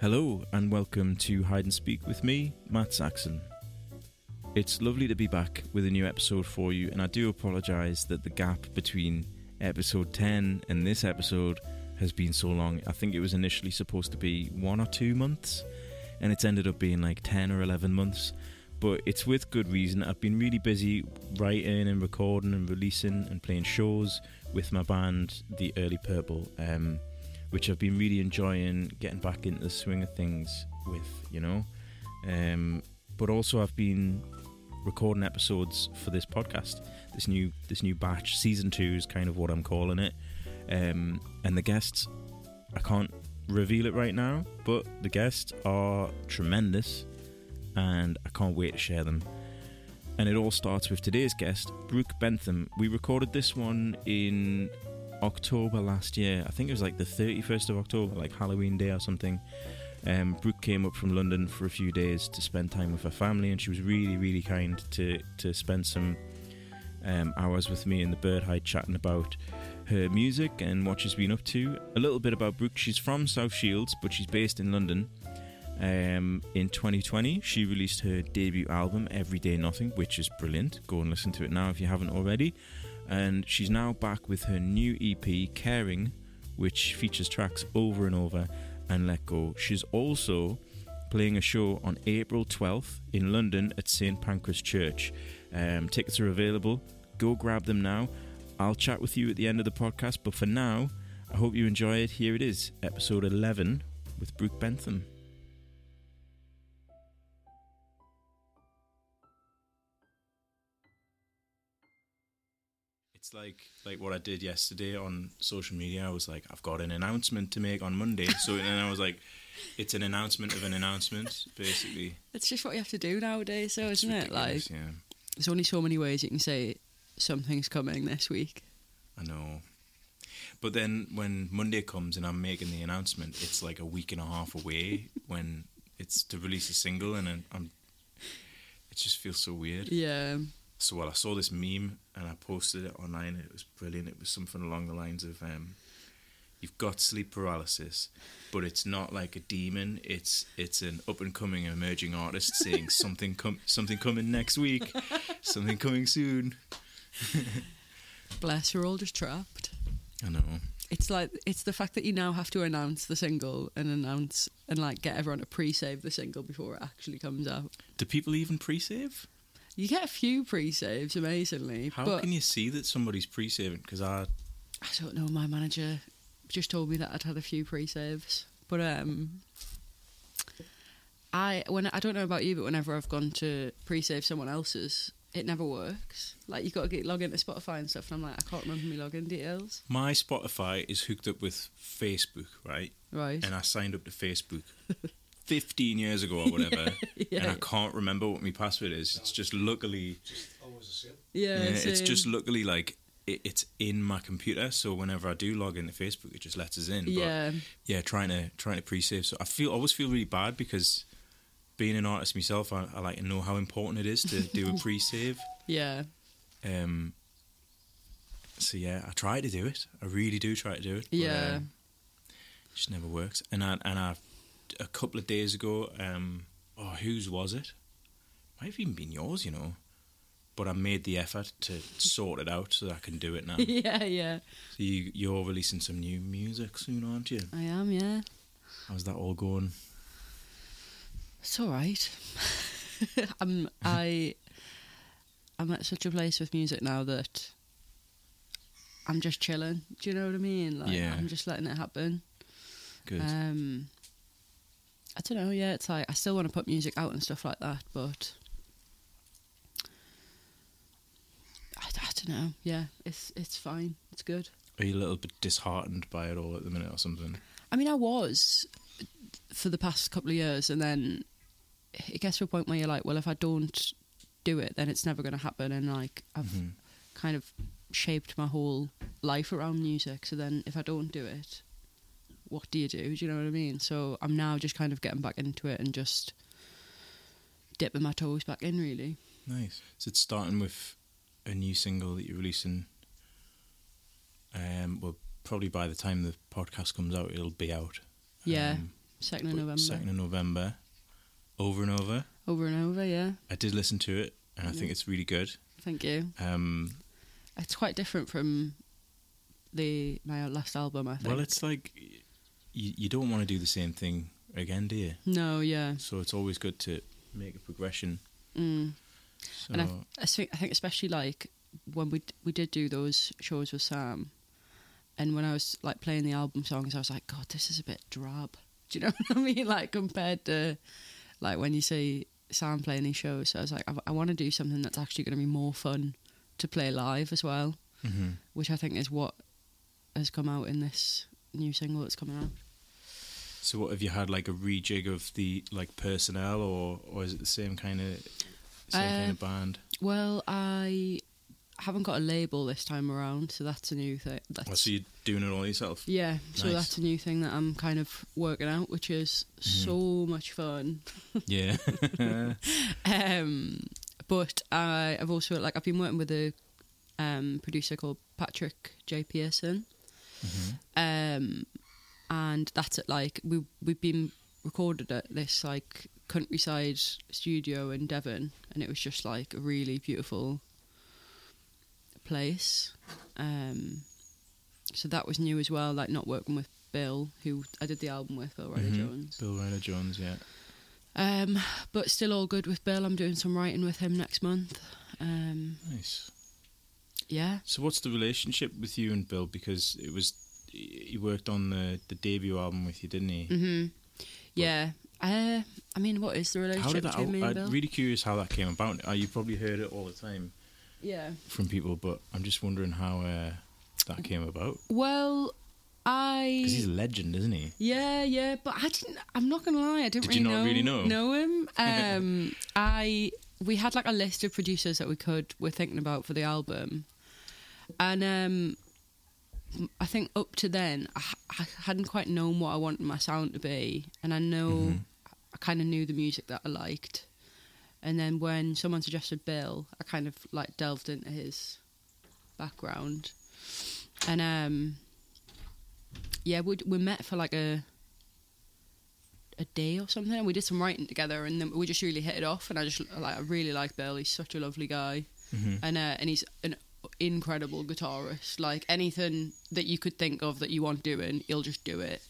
Hello, and welcome to Hide and Speak with me, Matt Saxon. It's lovely to be back with a new episode for you, and I do apologise that the gap between episode 10 and this episode has been so long. I think it was initially supposed to be one or two months, and it's ended up being like 10 or 11 months, but it's with good reason. I've been really busy writing and recording and releasing and playing shows with my band, The Early Purple. Um, which I've been really enjoying getting back into the swing of things with, you know. Um, but also, I've been recording episodes for this podcast, this new this new batch, season two is kind of what I'm calling it. Um, and the guests, I can't reveal it right now, but the guests are tremendous, and I can't wait to share them. And it all starts with today's guest, Brooke Bentham. We recorded this one in October last year. I think it was like the 31st of October, like Halloween Day or something. Um, Brooke came up from London for a few days to spend time with her family, and she was really, really kind to to spend some um, hours with me and the bird hide chatting about her music and what she's been up to. A little bit about Brooke. She's from South Shields, but she's based in London. Um, in 2020, she released her debut album, Everyday Nothing, which is brilliant. Go and listen to it now if you haven't already and she's now back with her new EP, Caring, which features tracks Over and Over and Let Go. She's also playing a show on April 12th in London at St Pancras Church. Um, tickets are available. Go grab them now. I'll chat with you at the end of the podcast, but for now, I hope you enjoy it. Here it is, episode 11 with Brooke Bentham. It's like like what I did yesterday on social media. I was like, I've got an announcement to make on Monday. So and then I was like, it's an announcement of an announcement, basically. It's just what you have to do nowadays, though, It's Oh, isn't it? Like, ridiculous, yeah, there's only so many ways you can say something's coming this week. I know. But then when Monday comes and I'm making the announcement, it's like a week and a half away when it's to release a single, and I'm. I'm it just feels so weird. Yeah, So well, I saw this meme and I posted it online. It was brilliant. It was something along the lines of, um, "You've got sleep paralysis, but it's not like a demon. It's it's an up and coming emerging artist saying something com- something coming next week, something coming soon." bless, we're all just trapped. I know. It's like it's the fact that you now have to announce the single and announce and like get everyone to pre-save the single before it actually comes out. Do people even pre-save? You get a few pre-saves, amazingly, How but can you see that somebody's pre-saving? Because I I don't know. My manager just told me that I'd had a few pre-saves, but um, I when I don't know about you, but whenever I've gone to pre-save someone else's, it never works. Like you've got to get log into Spotify and stuff, and I'm like, I can't remember my login details. my Spotify is hooked up with Facebook, right? Right? and I signed up to Facebook 15 years ago or whatever, and I yeah, can't remember what my password is. It's just luckily, always the same. yeah. yeah, it's Uh, same. just luckily like it, it's in my computer. So whenever I do log into Facebook, it just lets us in. yeah, But yeah, trying to trying to pre-save. So I feel always feel really bad because being an artist myself, I, I like to know how important it is to do a pre-save. yeah. Um, so yeah, I try to do it. I really do try to do it. Yeah. um, it just never works. And I and I a couple of days ago, um, oh, whose was it? Might have even been yours, you know. But I made the effort to sort it out so that I can do it now. so yeah, yeah. you, you're releasing some new music soon, aren't you? I am. Yeah, How's that all going? it's all right. I'm. I. I'm at such a place with music now that I'm just chilling. Do you know what I mean? Like Yeah. I'm just letting it happen. Good. Um, I don't know. Yeah, it's like I still want to put music out and stuff like that, but I, I don't know. Yeah, it's it's fine. It's good. Are you a little bit disheartened by it all at the minute, or something? I mean, I was for the past couple of years, and then it gets to a point where you're like, well, if I don't do it, then it's never going to happen. And like, I've Mhm. kind of shaped my whole life around music. So then, if I don't do it, what do you do? Do you know what I mean? So I'm now just kind of getting back into it and just dipping my toes back in, really. Nice. So it's starting with a new single that you're releasing. Um, well, probably by the time the podcast comes out, it'll be out. Yeah. Um, Second of but November. Second of November, over and over. Over and over, yeah. I did listen to it, and I think Yeah. it's really good. Thank you. Um, It's quite different from the my last album, I think. well, it's like y- you, you don't want to do the same thing again, do you? no, yeah. So it's always good to make a progression. Mm. So And I think I think especially like when we d- we did do those shows with Sam, and when I was like playing the album songs, I was like, God, this is a bit drab. Do you know what I mean? Like compared to like when you see Sam playing these shows, so I was like, I, I want to do something that's actually going to be more fun to play live as well, Mhm. which I think is what has come out in this new single that's coming out. so what have you had like a rejig of the like personnel, or or is it the same kind of same kind Uh, of band? Well, I haven't got a label this time around, so that's a new thing. Oh, That's so you're doing it all yourself? Yeah, so Nice. that's a new thing that I'm kind of working out, which is so much fun. Yeah. Um, but I, I've also like I've been working with a um, producer called Patrick J Pearson, um, and that's at like we we've been recorded at this like countryside studio in Devon, and it was just like a really beautiful place. Um, so that was new as well, like not working with Bill, who I did the album with, Bill Riley Mhm. Jones. Bill Ryder Jones, yeah. Um, but still all good with Bill. I'm doing some writing with him next month. Um, Nice. yeah. So, what's the relationship with you and Bill? Because it was he worked on the the debut album with you, didn't he? hmm Yeah. Uh, I mean, what is the How relationship did that? between me and Bill? I'm really curious how that came about. Uh, you probably heard it all the time yeah. from people, but I'm just wondering how uh, that Mm. came about. Well, Because he's I. a legend, isn't he? Yeah, yeah, but I didn't. I'm not gonna lie. I didn't Did you not really really, know, know? him. Um, I we had like a list of producers that we could we're thinking about for the album, and um, I think up to then I, h- I hadn't quite known what I wanted my sound to be, and I know I kind of knew the music that I liked, and then when someone suggested Bill, I kind of like delved into his background, and um, yeah, we we met for like a a day or something, and we did some writing together, and then we just really hit it off, and I just like I really like Bill. He's such a lovely guy, Mm-hmm. and uh, and he's an incredible guitarist. Like anything that you could think of that you want doing, he'll just do it.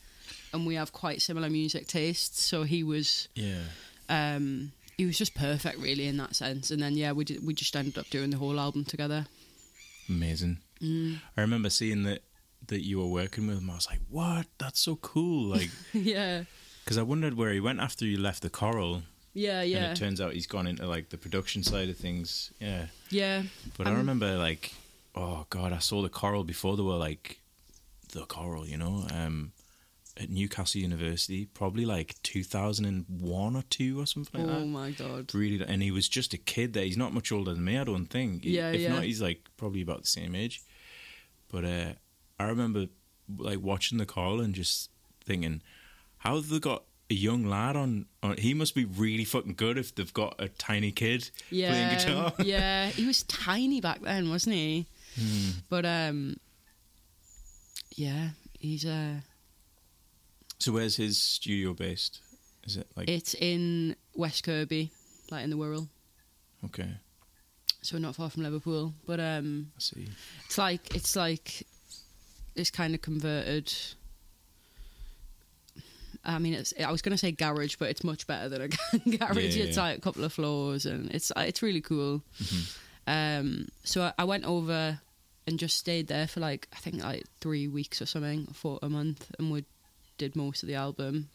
And we have quite similar music tastes, so he was Yeah. um, he was just perfect, really, in that sense. And then yeah, we did, we just ended up doing the whole album together. Amazing. Mm. I remember seeing that that you were working with him. I was like, "What? That's so cool!" Like, yeah, because I wondered where he went after you left the Coral, yeah, and yeah, it turns out he's gone into like the production side of things. Yeah. yeah. But I Um, remember like, oh god, I saw the coral before they were like the coral, you know, um, at Newcastle University, probably like two thousand and one or two or something like Oh that. my god. Really, and he was just a kid there. He's not much older than me, I don't think. He- Yeah, if yeah. not, he's like probably about the same age. But uh, I remember like watching the coral and just thinking, how have they got a young lad on? on he must be really fucking good if they've got a tiny kid playing Yeah, guitar. yeah, he was tiny back then, wasn't he? Hmm. But um, yeah, he's uh, So where's his studio based? Is it like it's in West Kirby, like in the Wirral, okay? so not far from Liverpool. But um, I see. it's like it's like this kind of converted. I mean, it's. I was going to say garage, but it's much better than a garage. Yeah, It's yeah. like a couple of floors, and it's it's really cool. Um, so I, I went over and just stayed there for like I think like three weeks or something, for a month, and we did most of the album.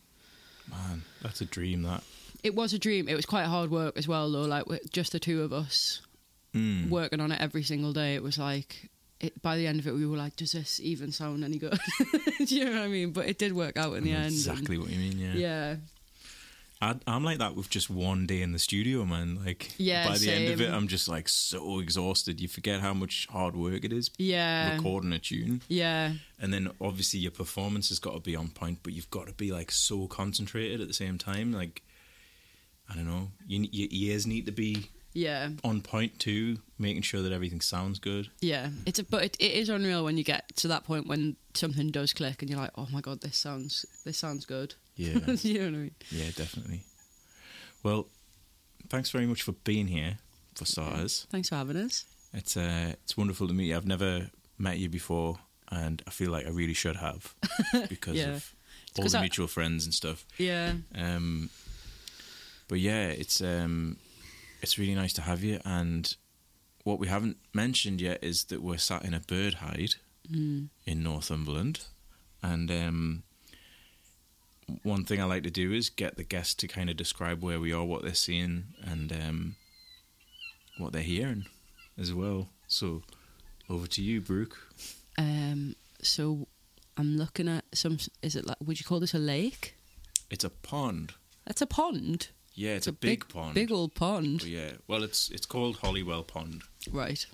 Man, that's a dream. That It was a dream. It was quite hard work as well, though. Like with just the two of us, mm. working on it every single day. It was like, it, by the end of it, we were like, does this even sound any good? Do you know what I mean? But it did work out in the end. and- exactly what you mean. Yeah, Yeah. I, I'm like that with just one day in the studio, man. Like, Yeah, by the end of it, same. I'm just like so exhausted. You forget how much hard work it is Yeah. recording a tune, Yeah. and then obviously your performance has got to be on point, but you've got to be like so concentrated at the same time. Like, I don't know, you, your ears need to be Yeah, on point too, making sure that everything sounds good. yeah. It's a, but it, it is unreal when you get to that point when something does click and you're like, oh my god, this sounds this sounds good. Yeah, you know what I mean? yeah, definitely. Well, thanks very much for being here, for starters. Thanks for having us. It's uh, it's wonderful to meet you. I've never met you before, and I feel like I really should have because Yeah. of all 'cause the I- mutual friends and stuff. Yeah, Um, but yeah, it's um, it's really nice to have you. And what we haven't mentioned yet is that we're sat in a bird hide in Northumberland, and um, one thing I like to do is get the guests to kind of describe where we are, what they're seeing, and um, what they're hearing as well. So over to you, Brooke. Um, so I'm looking at some. Is it like? Would you call this a lake? It's a pond. That's a pond. Yeah, it's, a, big, pond. Big old But pond. yeah, well, it's it's called Hollywell Pond. Right.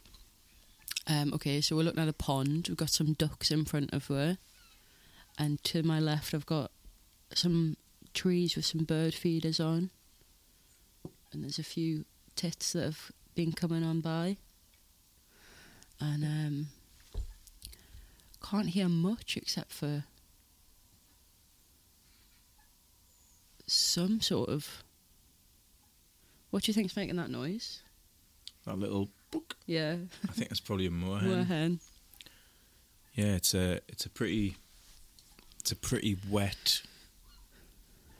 Um, okay, so we're looking at a pond. We've got some ducks in front of her, and to my left, I've got some trees with some bird feeders on, and there's a few tits that have been coming on by, and um, can't hear much except for some sort of. What do you think's making that noise? That little book. Yeah, I think that's probably a moorhen. we're hen. Yeah, it's a it's a pretty it's a pretty wet.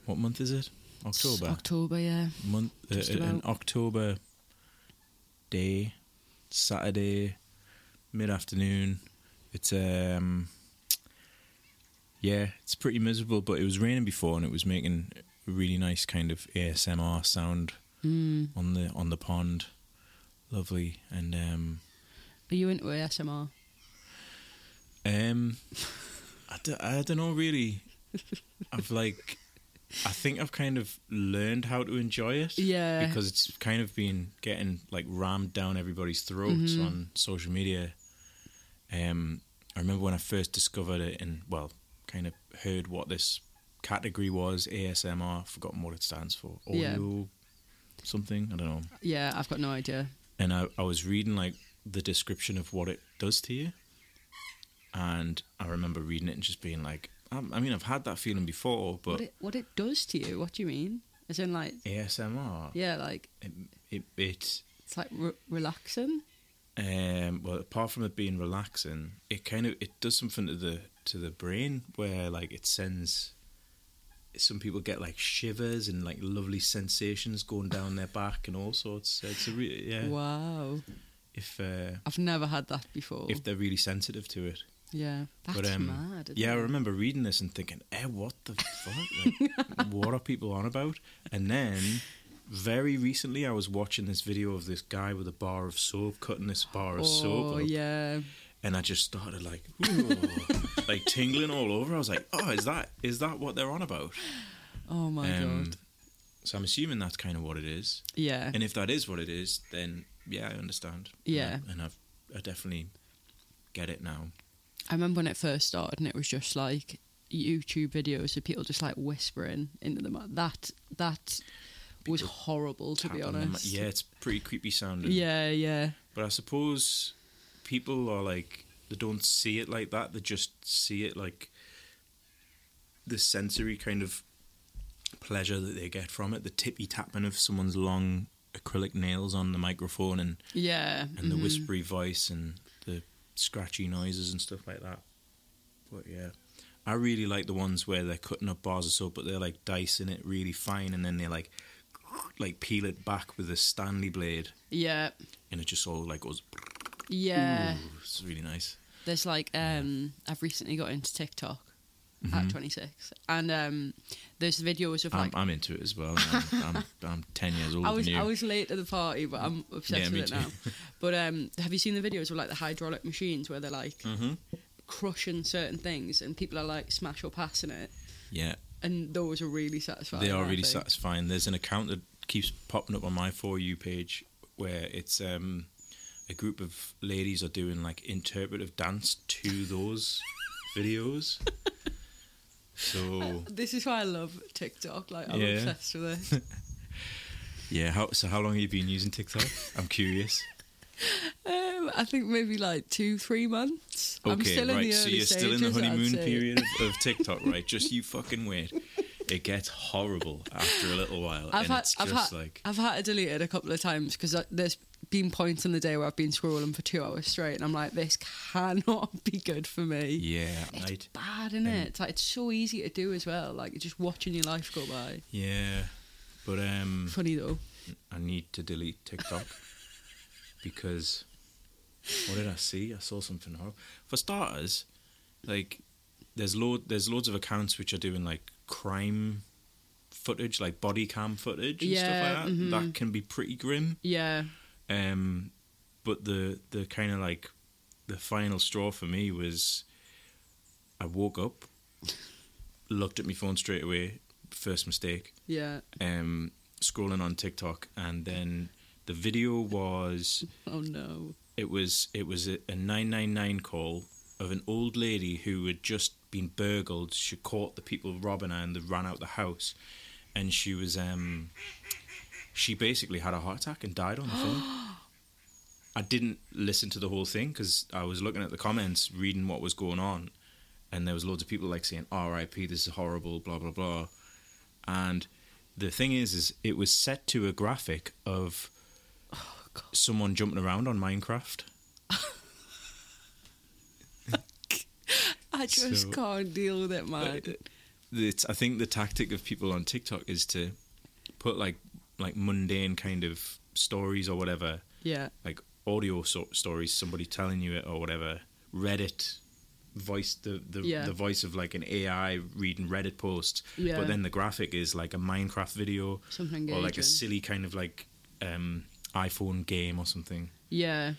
What month is it? October. October, yeah. month. Uh, Just an about. October day, Saturday, mid afternoon. It's um. Yeah, it's pretty miserable, but it was raining before, and it was making a really nice kind of ASMR sound Mm. on the on the pond. Lovely, and um, Are you into ASMR? Um, I, d- I don't know really. I've like, I think I've kind of learned how to enjoy it. Yeah. Because it's kind of been getting like rammed down everybody's throats Mm-hmm. on social media. Um, I remember when I first discovered it and well, kind of heard what this category was ASMR. I've forgotten what it stands for. Yeah. Audio, something. I don't know Yeah, I've got no idea. and I, I was reading like the description of what it does to you and i remember reading it and just being like i, I mean i've had that feeling before but what it what it does to you? What do you mean? As in, like, asmr yeah, like it, it, it it's like re- relaxing. um well apart from it being relaxing it kind of it does something to the to the brain where like it sends some people get like shivers and like lovely sensations going down their back and all sorts it's a re- yeah Wow, if uh, I've never had that before. if they're really sensitive to it yeah, that's um, mad. isn't Yeah, I it? remember reading this and thinking, eh, what the fuck? Like, what are people on about? And then, very recently, I was watching this video of this guy with a bar of soap cutting this bar of soap. Oh up, yeah, And I just started like, ooh, like tingling all over. I was like, oh, is that is that what they're on about? oh my Um, god, Uh, So I'm assuming that's kind of what it is. yeah, And if that is what it is, then yeah, I understand. Yeah. And, I, and I've, I definitely get it now. I remember when it first started, and it was just like YouTube videos of people just like whispering into the mic. That that was People horrible to be Tapping the ma- honest. Yeah, it's pretty creepy sounding. yeah, yeah, But I suppose people are like they don't see it like that. They just see it like the sensory kind of pleasure that they get from it. The tippy tapping of someone's long acrylic nails on the microphone and yeah. and the mhm. whispery voice and the scratchy noises and stuff like that. But yeah. I really like the ones where they're cutting up bars of soap, but they're like dicing it really fine, and then they like like peel it back with a Stanley blade, Yeah, and it just all like goes yeah. Ooh, it's really nice. There's like um I've recently got into TikTok at 26, and um there's videos of Mm-hmm. I'm, like I'm into it as well. man. I'm, I'm, I'm 10 years older I was than you. I was late to the party, but I'm Yeah, obsessed me with too. it now. But um have you seen the videos of like the hydraulic machines where they're like Mm-hmm. crushing certain things and people are like smash or passing it, yeah, and those are really satisfying. they are I really think. satisfying. There's an account that keeps popping up on my For You page where it's um, a group of ladies are doing like interpretive dance to those videos. So This is why I love TikTok. Like I'm Yeah. obsessed with it. Yeah. How, so how long have you been using TikTok? I'm curious. Um, I think maybe like two, three months. I'm Okay, still in right. the early so you're still in the stages, I'd honeymoon say. period of, of TikTok, right? Just you fucking wait. It gets horrible after a little while, I've and had, it's I've just had, like I've had to delete it a couple of times because there's been points in the day where I've been scrolling for two hours straight, and I'm like, this cannot be good for me. yeah, It's right, bad, isn't it? It's like it's so easy to do as well. Like you're just watching your life go by. yeah. But um, Funny though. I need to delete TikTok because what did I see? I saw something horrible. For starters, like there's load there's loads of accounts which are doing like crime footage, like body cam footage and Yeah, stuff like that. mhm. That can be pretty grim. Yeah. Um, but the the kind of like the final straw for me was I woke up, looked at my phone straight away, first mistake Yeah. um, scrolling on TikTok, and then the video was Oh no. it was it was a, a nine nine nine call of an old lady who had just been burgled. She caught the people robbing her and they ran out the house, and she was um, she basically had a heart attack and died on the phone. I didn't listen to the whole thing because I was looking at the comments, reading what was going on, and there was loads of people like saying "R.I.P. This is horrible," blah blah blah, and the thing is, is it was set to a graphic of someone jumping around on Minecraft. I just So- Uh, can't deal with it, man. But it- it's, I think the tactic of people on TikTok is to put like like mundane kind of stories or whatever, yeah. like audio so- stories, somebody telling you it or whatever. Reddit voice the the, Yeah. the voice of like an AI reading Reddit posts, Yeah. but then the graphic is like a Minecraft video Something or like a engaging. silly kind of like um, iPhone game or something. Yeah.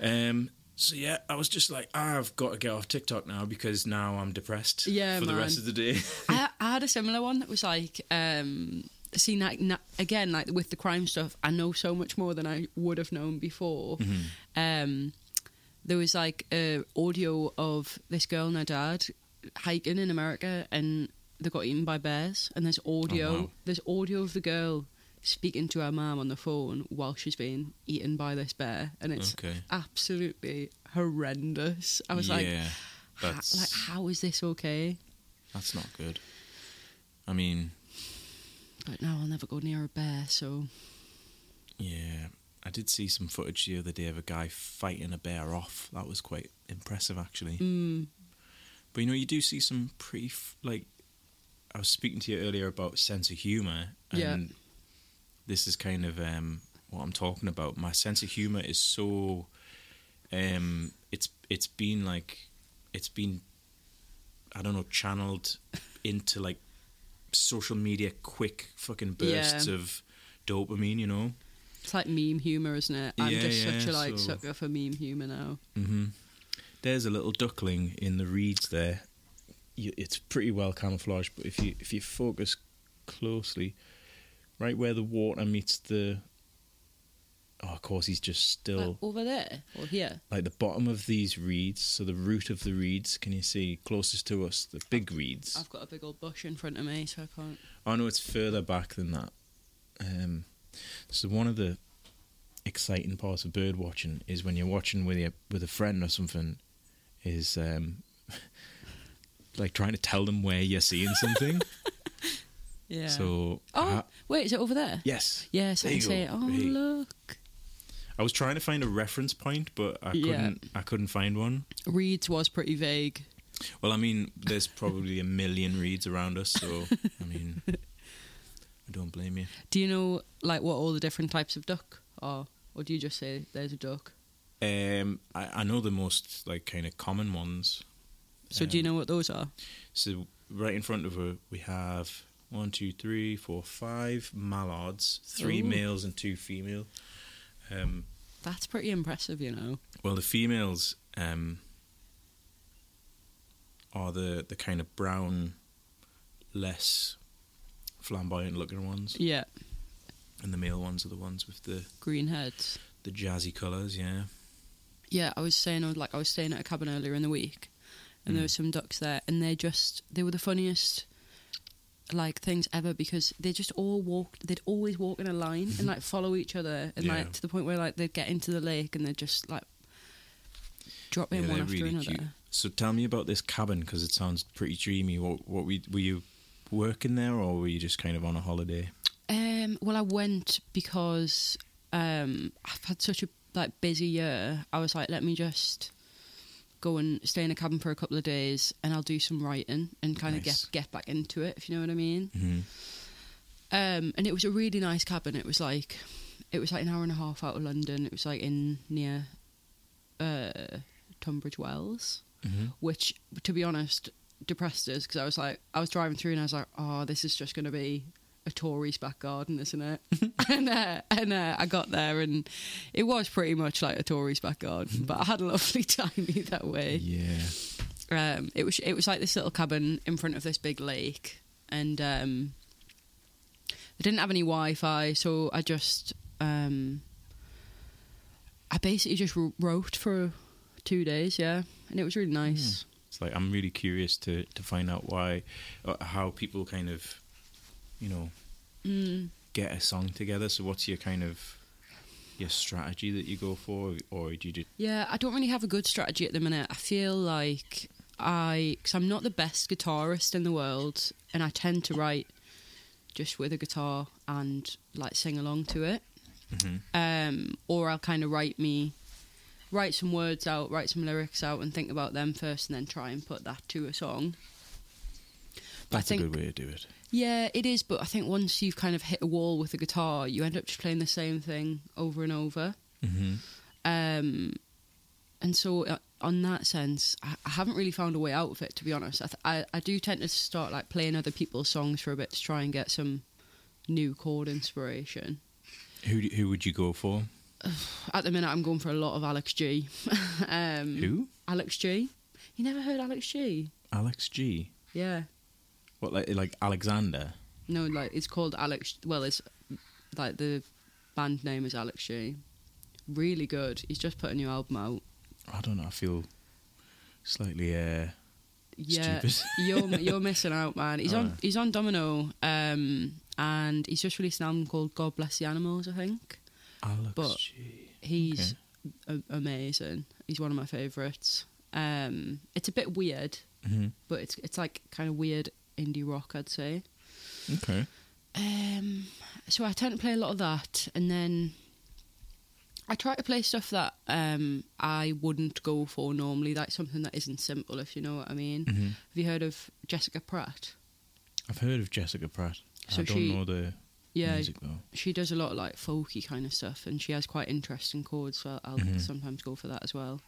Um, so yeah, I was just like, "Ah, I've got to get off TikTok now because now I'm depressed. Yeah, for the man. rest of the day. I, I had a similar one that was like, um, see, like, na- again, like with the crime stuff, I know so much more than I would have known before. Mm-hmm. Um, there was like a audio of this girl and her dad hiking in America, and they got eaten by bears. And there's audio, Oh, wow. there's audio of the girl speaking to her mum on the phone while she's being eaten by this bear, and it's Okay. absolutely horrendous. I was like, yeah, "Ha- that's like, how is this okay? that's not good. I mean, But now I'll never go near a bear, so yeah, I did see some footage the other day of a guy fighting a bear off. That was quite impressive, actually. mm, But you know, you do see some pretty f- like. I was speaking to you earlier about sense of humor, and Yeah. this is kind of um, what I'm talking about. My sense of humor is so, um, it's it's been like, it's been, I don't know, channeled into like social media quick fucking bursts Yeah. of dopamine. You know, it's like meme humor, isn't it? I'm Yeah, just yeah, such a like so- sucker for meme humor now. hmm There's a little duckling in the reeds there. You, it's pretty well camouflaged, but if you if you focus closely, right where the water meets the, oh, of course he's just Like, still over there or here? like the bottom of these reeds. So the root of the reeds. Can you see closest to us the big reeds? I've got a big old bush in front of me, so I can't. Oh no, it's further back than that. Um, so one of the exciting parts of bird watching is when you're watching with your, with a friend or something, is um, like trying to tell them where you're seeing something. Yeah. So oh, I ha- wait, is it over there? yes, Yes, There I can you say, go. oh, Hey. look. I was trying to find a reference point, but I Yeah. couldn't. I couldn't find one. Reeds was pretty vague. Well, I mean, there's probably a million reeds around us, so I mean, I don't blame you. Do you know, like, what all the different types of duck are? Or do you just say there's a duck? Um, I, I know the most like kind of common ones. So, do you Um, know what those are? So right in front of her, we have one, two, three, four, five mallards, three Ooh. males and two female. Um, That's pretty impressive, you know. well, the females um, are the the kind of brown, less flamboyant looking ones, Yeah, and the male ones are the ones with the green heads. the jazzy colours. Yeah. Yeah, I was saying, I was like, I was staying at a cabin Mm. earlier in the week, and there were some ducks there, and they just, they were the funniest. like things ever because they just all walked. They'd always walk in a line and like follow each other, and Yeah. like to the point where like they'd get into the lake and they'd just like drop in Yeah, one they're after really another. cute. So tell me about this cabin because it sounds pretty dreamy. What what we, were you working there or were you just kind of on a holiday? Um, well, I went because um, I've had such a like busy year. I was like, let me just go and stay in a cabin for a couple of days, and I'll do some writing and kind of Nice. get get back into it, if you know what I mean. Mm-hmm. Um, and it was a really nice cabin. It was like it was like an hour and a half out of London. It was like in near uh, Tunbridge Wells, Mm-hmm. which, to be honest, depressed us because I was like, I was driving through and I was like, oh, this is just going to be a Tory's back garden, isn't it? and uh, and uh, I got there and it was pretty much like a Tory's back garden, but I had a lovely time either way Yeah. um, it was it was like this little cabin in front of this big lake, and um, they didn't have any Wi-Fi, so I just um, I basically just wr- wrote for two days, yeah, and it was really nice. Hmm. It's like I'm really curious to to find out why, uh, how people kind of, you know, Mm. get a song together. So what's your kind of your strategy that you go for, or do you just Yeah, I don't really have a good strategy at the minute. I feel like I, because I'm not the best guitarist in the world, and I tend to write just with a guitar and like sing along to it, Mhm. um, or I'll kind of write me, write some words out, write some lyrics out, and think about them first, and then try and put that to a song. But I that's think a good way to do it? yeah, it is, but I think once you've kind of hit a wall with the guitar, you end up just playing the same thing over and over. Mm-hmm. Um, and so, uh, on that sense, I, I haven't really found a way out of it, to be honest. I, th- I, I do tend to start like playing other people's songs for a bit to try and get some new chord inspiration. Who do- who would you go for? At the minute, I'm going for a lot of Alex G. um, Who? Alex G. You never heard Alex G? Alex G. Yeah. What like like Alexander? No, like it's called Alex. Well, it's like the band name is Alex G. Really good. He's just put a new album out. I don't know. I feel slightly uh, Yeah. stupid. you're you're missing out, man. He's on Oh. he's on Domino, um, and he's just released an album called God Bless the Animals. I think Alex But- G. he's a- amazing. He's one of my favourites. Um, it's a bit weird, Mm-hmm. but it's it's like kind of weird indie rock, I'd say. Okay. Um, so I tend to play a lot of that, and then I try to play stuff that um, I wouldn't go for normally. Like something that isn't simple, if you know what I mean. Mm-hmm. Have you heard of Jessica Pratt? I've heard of Jessica Pratt. So I don't she- know the Yeah, music though. she does a lot of like folky kind of stuff and she has quite interesting chords so i'll Mhm. sometimes go for that as well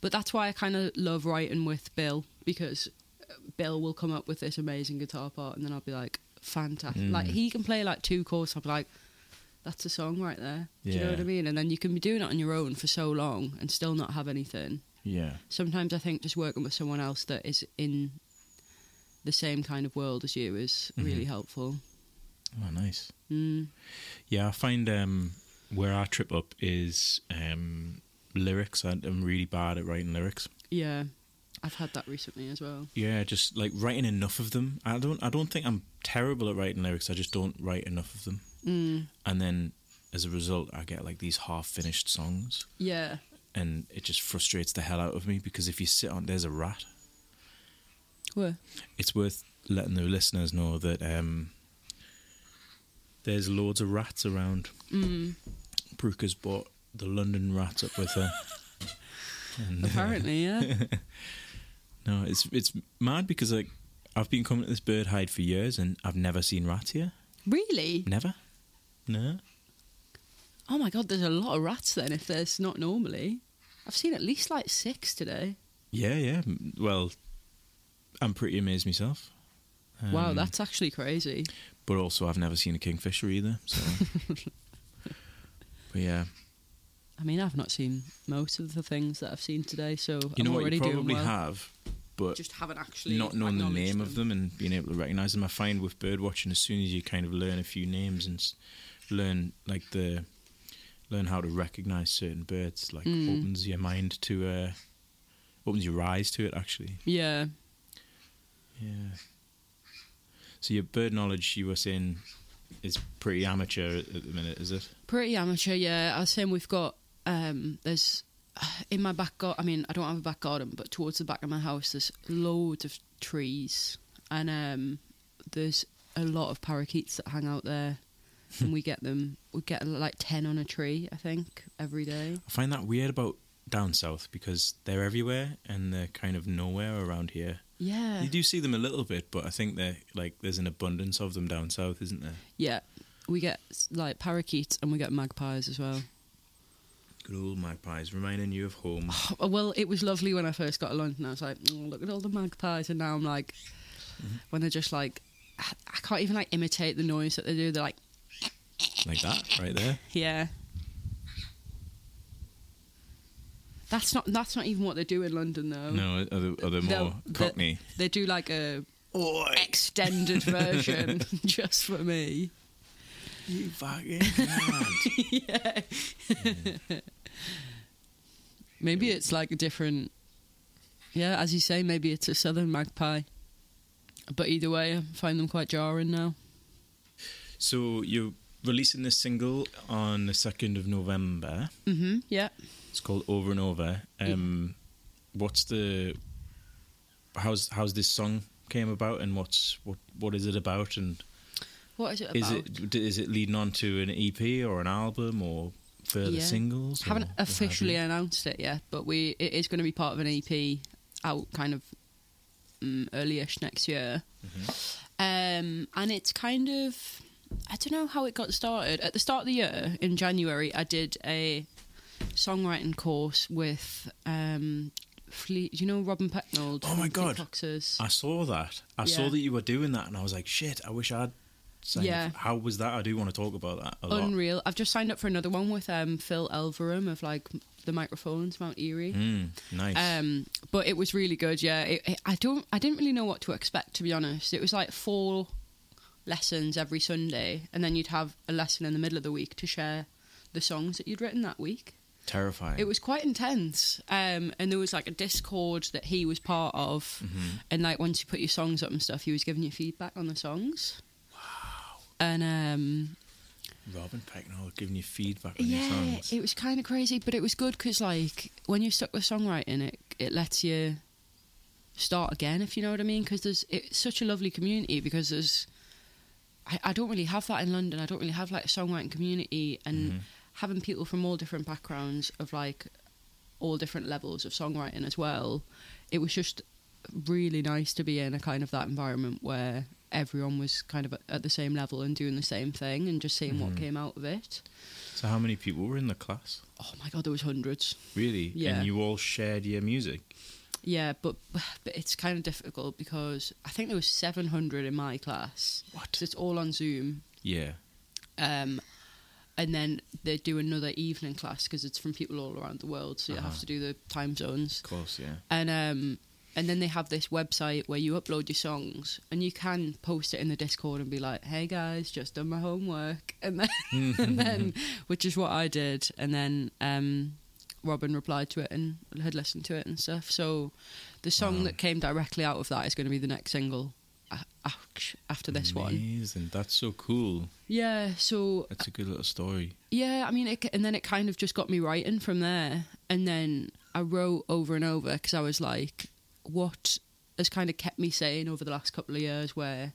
but that's why i kind of love writing with bill because uh, bill will come up with this amazing guitar part and then i'll be like fantastic Mm. like he can play like two chords i'll be like that's a song right there do you know Yeah. what i mean and then you can be doing it on your own for so long and still not have anything Yeah. sometimes i think just working with someone else that is in the same kind of world as you is really Mhm. helpful Oh, nice. mm. Yeah, I find um, where I trip up is um, lyrics. I, I'm really bad at writing lyrics. Yeah, I've had that recently as well. Yeah, just like writing enough of them. I don't. I don't think I'm terrible at writing lyrics. I just don't write enough of them, Mm. and then as a result, I get like these half-finished songs, Yeah, and it just frustrates the hell out of me because if you sit on, there's a rat. well, it's worth letting the listeners know that um, there's loads of rats around. mm. Brooke has brought the London rat up with her. And, uh, apparently, yeah. no, it's it's mad because like I've been coming to this bird hide for years and I've never seen rats here. really? Never. No. Oh my god, there's a lot of rats then. If there's not normally, I've seen at least like six today. Yeah, yeah. m- Well, I'm pretty amazed myself. wow, Um, that's actually crazy. But also, I've never seen a kingfisher either. So. but yeah, I mean, I've not seen most of the things that I've seen today, so you know I'm what? already You probably doing well. have, but Just haven't actually not knowing the acknowledged name of them and being able to recognize them. I find with bird watching, as soon as you kind of learn a few names and s- learn like the learn how to recognize certain birds, like Mm. opens your mind to uh, opens your eyes to it. Actually, Yeah, yeah. So your bird knowledge, you were saying, is pretty amateur at at the minute, is it? Pretty amateur, yeah. I was saying we've got um there's in my back garden. I mean, I don't have a back garden, but towards the back of my house, there's loads of trees, and um there's a lot of parakeets that hang out there. and we get them. We get like ten on a tree, I think, every day. I find that weird about down south because they're everywhere and they're kind of nowhere around here. Yeah, You do see them a little bit, but I think they're like there's an abundance of them down south, isn't there? yeah. We get s- like parakeets and we get magpies as well. Good old magpies, reminding you of home. Oh, Well, it was lovely when I first got to London. I was like, "Oh, look at all the magpies, and now I'm like, when they're just like, I I can't even like imitate the noise that they do. They're like, like that, right there. yeah. That's not that's not even what they do in London though. No, are they, are they more They'll- they- cockney? They do like a extended version just for me. You fucking mad. yeah. maybe it's like a different. Yeah, as you say, maybe it's a southern magpie. But either way, I find them quite jarring now. So you're releasing this single on the second of November. Mm-hmm. Yeah. It's called Over and Over. Um, what's the how's how's this song came about, and what's what what is it about, and What is it about? is it d- is it leading on to an EP or an album or further Yeah. singles? or Haven't what have officially you? announced it yet, but we it is going to be part of an EP out kind of mm, early-ish next year, Mm-hmm. um, and it's kind of I don't know how it got started. At the start of the year in January, I did a songwriting course with. Um, Fle- do you know Robin Pecknold? Oh my from God. Fleetfoxes? I saw that. I Yeah. saw that you were doing that, and I was like, shit. I wish I'd. signed up. Yeah. How was that? I do want to talk about that a lot. Unreal. I've just signed up for another one with um, Phil Elverum of like the microphones, Mount Erie. Mm, nice. Um, but it was really good. Yeah, it, it- I don't, I didn't really know what to expect to be honest. It was like four lessons every Sunday, and then you'd have a lesson in the middle of the week to share the songs that you'd written that week. Terrifying. It was quite intense, um, and there was like a Discord that he was part of, and like once you put your songs up and stuff, he was giving you feedback on the songs. Wow. And um, Robin Pecknell giving you feedback on your yeah, songs. it was kind of crazy, but it was good because like when you're stuck with songwriting, it it lets you start again if you know what I mean. Because there's it's such a lovely community because there's I, I don't really have that in London. I don't really have like a songwriting community and having people from all different backgrounds of like all different levels of songwriting as well. It was just really nice to be in a kind of that environment where everyone was kind of at- at the same level and doing the same thing and just seeing what came out of it. So how many people were in the class? Oh my god, there was hundreds. Really? Yeah. And you all shared your music. Yeah, but but it's kind of difficult because I think there was 700 in my class. What? 'Cause it's all on Zoom. Yeah. Um, and then they do another evening class because it's from people all around the world, so you have Uh-huh. to do the time zones. Of course, yeah. And um, and then they have this website where you upload your songs and you can post it in the Discord and be like, "Hey guys, just done my homework," and then and then which is what I did. And then um, Robin replied to it and had listened to it and stuff. So the song Wow. that came directly out of that is going to be the next single a- ouch, after this one. Amazing. That's so cool. Yeah. So That's a good little story. yeah, I mean, it, and then it kind of just got me writing from there. And then I wrote over and over because I was like, what has kind of kept me sane over the last couple of years where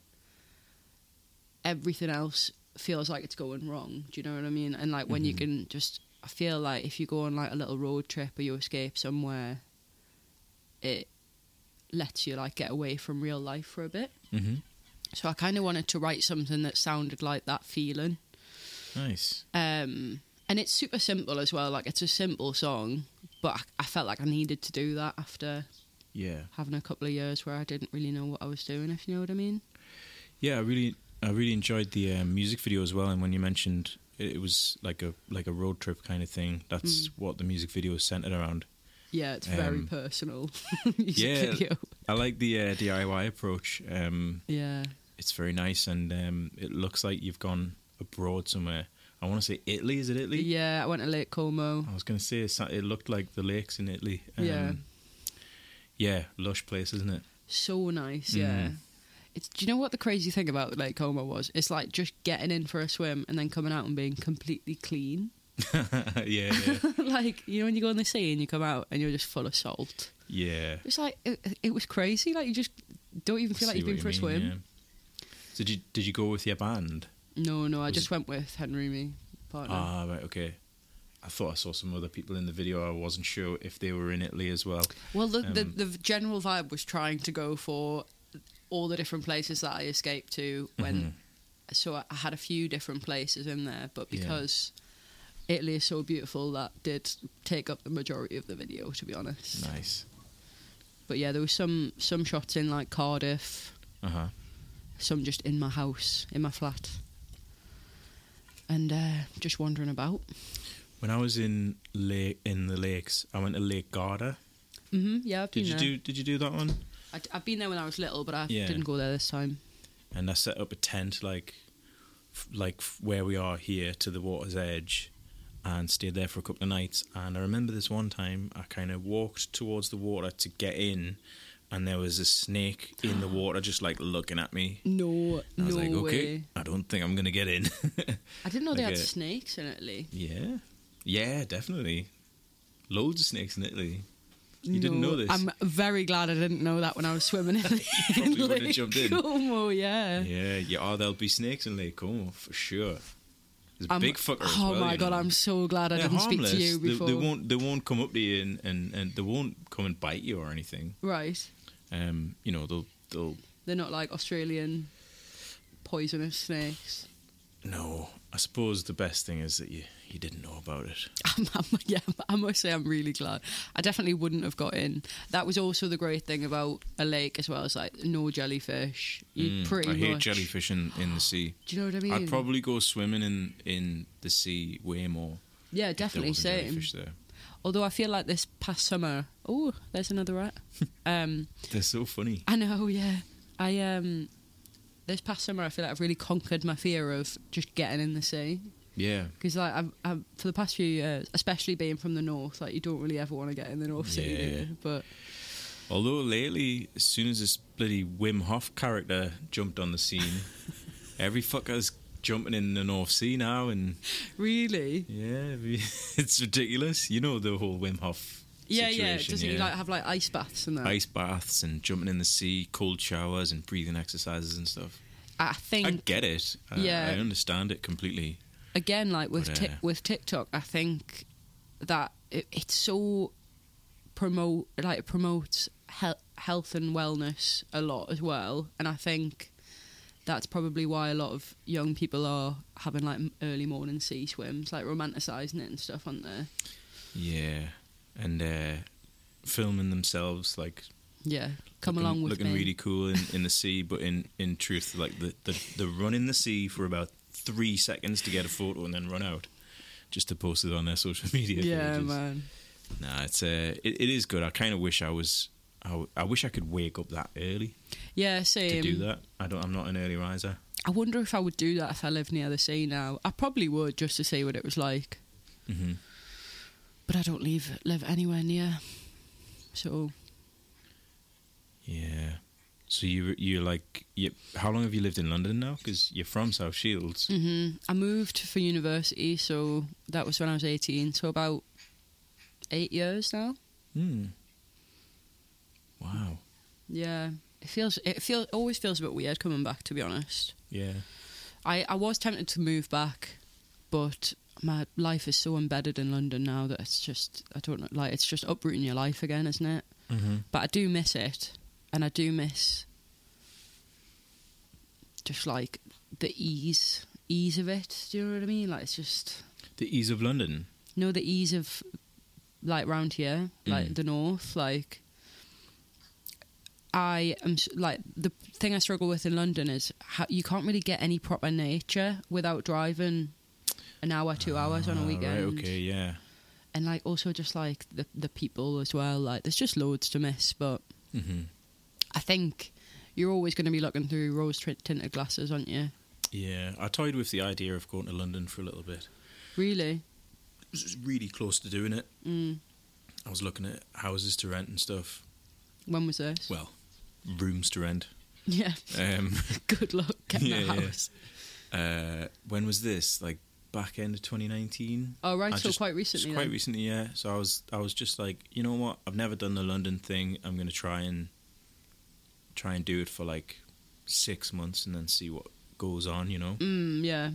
everything else feels like it's going wrong? Do you know what I mean? And like when you can just, I feel like if you go on like a little road trip or you escape somewhere, it lets you like get away from real life for a bit. Mm-hmm. So I kind of wanted to write something that sounded like that feeling. Nice. Um, and it's super simple as well. Like it's a simple song, but I, I felt like I needed to do that after Yeah. having a couple of years where I didn't really know what I was doing. If you know what I mean? Yeah, I really, I really enjoyed the um, music video as well. And when you mentioned it, it was like a like a road trip kind of thing, Mm. that's what the music video is centered around. Yeah, it's very Um, personal music yeah. video. I like the uh, DIY approach. Um, Yeah, it's very nice, and um, it looks like you've gone abroad somewhere. I want to say Italy. Is it Italy? yeah. I went to Lake Como. I was going to say it's- it looked like the lakes in Italy. Yeah. Yeah, lush place, isn't it? So nice. Yeah, Mhm. It's, do you know what the crazy thing about Lake Como was? It's like just getting in for a swim and then coming out and being completely clean. yeah, yeah, like you know when you go in the sea and you come out and you're just full of salt. yeah. It's like it, it was crazy. Like you just don't even feel like See you've been what for a you swim. mean, yeah. So did you did you go with your band? No, no, I Was just it- went with Henry, me partner. Ah, right, okay. I thought I saw some other people in the video. I wasn't sure if they were in Italy as well. well, the, the um, the general vibe was trying to go for all the different places that I escaped to when. So I, I had a few different places in there, but Mm-hmm. Yeah. because Italy is so beautiful, that did take up the majority of the video, to be honest. Nice. But yeah, there was some some shots in like Cardiff. Uh huh. some just in my house, in my flat, and uh, just wandering about. When I was in lake in the lakes, I went to Lake Garda. hmm yeah, I've been Did you do there. Did you do that one? I, have been there when I was little, but I Yeah. didn't go there this time. And I set up a tent like, f- like f- where we are here to the water's edge, and stayed there for a couple of nights. And I remember this one time, I kind of walked towards the water to get in, and there was a snake in the water just like looking at me. No, And I was no like, way. okay, I don't think I'm gonna get in. I didn't know they Like had a- snakes in Italy. yeah, yeah, definitely. Loads of snakes in Italy. You didn't No, know this? I'm very glad I didn't know that when I was swimming in the probably would've jumped in. Como, yeah. Yeah, yeah. Oh, there'll be snakes in Lake Como for sure. There's I'm- big fucker. as Oh well, my you god, know. I'm so glad I They're didn't speak to you harmless. They- before. They, won't. They won't come up to you and, and, and they won't come and bite you or anything. Right, Um, you know they'll they'll they're not like Australian poisonous snakes. no. I suppose the best thing is that you you didn't know about it. I'm, I'm- yeah, I must say I'm really glad. I definitely wouldn't have got in. That was also the great thing about a lake as well. It's like no jellyfish. You Mm, pretty I much. hate jellyfish in, in the sea. Do you know what I mean? I'd probably go swimming in in the sea way more. yeah, if there definitely wasn't same. jellyfish there. Although I feel like this past summer, oh, there's another rat. um, They're so funny. I know, yeah. I um, this past summer I feel like I've really conquered my fear of just getting in the sea Yeah. because like I've, I've for the past few years, especially being from the north, like you don't really ever want to get in the north sea, do Yeah. you? but. Although lately, as soon as this bloody Wim Hof character jumped on the scene, every fucker's jumping in the North Sea now, and Really? yeah, we- it's ridiculous. You know the whole Wim Hof. Yeah, yeah. situation, Doesn't he like have like ice baths and that? ice baths and jumping in the sea, cold showers and breathing exercises and stuff? I I think get it. I, Yeah. I understand it completely. again, like with But, Tik uh, with TikTok, I think that it, it's so promote like it promotes health, health and wellness a lot as well, and I think that's probably why a lot of young people are having like m- early morning sea swims, like romanticising it and stuff, aren't they? Yeah, and uh, filming themselves like Yeah, come looking, along with looking me. really cool in, in the sea, but in, in truth, like the, the the run in the sea for about three seconds to get a photo and then run out, just to post it on their social media. yeah, pages. man. Nah, it's uh, it, it is good. I kind of wish I was. I, w- I wish I could wake up that early Yeah, same. to do that. I don't. I'm not an early riser. I wonder if I would do that if I lived near the sea now. I probably would just to see what it was like. hmm But I don't leave live anywhere near. So Yeah. So you you like you, how long have you lived in London now? Because you're from South Shields. mhm. I moved for university, so that was when I was eighteen. So about eight years now. Hmm. Wow. Yeah, it feels it feels always feels a bit weird coming back. To be honest, Yeah. I I was tempted to move back, but my life is so embedded in London now that it's just I don't know, like it's just uprooting your life again, isn't it? Mm-hmm. but I do miss it, and I do miss just like the ease ease of it. Do you know what I mean? Like it's just The ease of London. no the ease of like round here, like Mm. the north, like. I am s- like the thing I struggle with in London is how, you can't really get any proper nature without driving an hour, two hours on Ah, a right, weekend okay, yeah. and like also just like the the people as well. Like there's just loads to miss, but Mhm. I think you're always going to be looking through rose tint- tinted glasses, aren't you? Yeah, I toyed with the idea of going to London for a little bit. Really? I was just really close to doing it. Mm. I was looking at houses to rent and stuff. When was this? Well, rooms to rent. Yeah. Um, Good luck getting Yeah, a yeah. house. uh, when was this? Like back end of 2019. Oh right, I so just- quite It's recently. quite then. recently, yeah. So I was I was just like, you know what? I've never done the London thing. I'm gonna try and try and do it for like six months and then see what goes on, you know. mm, yeah.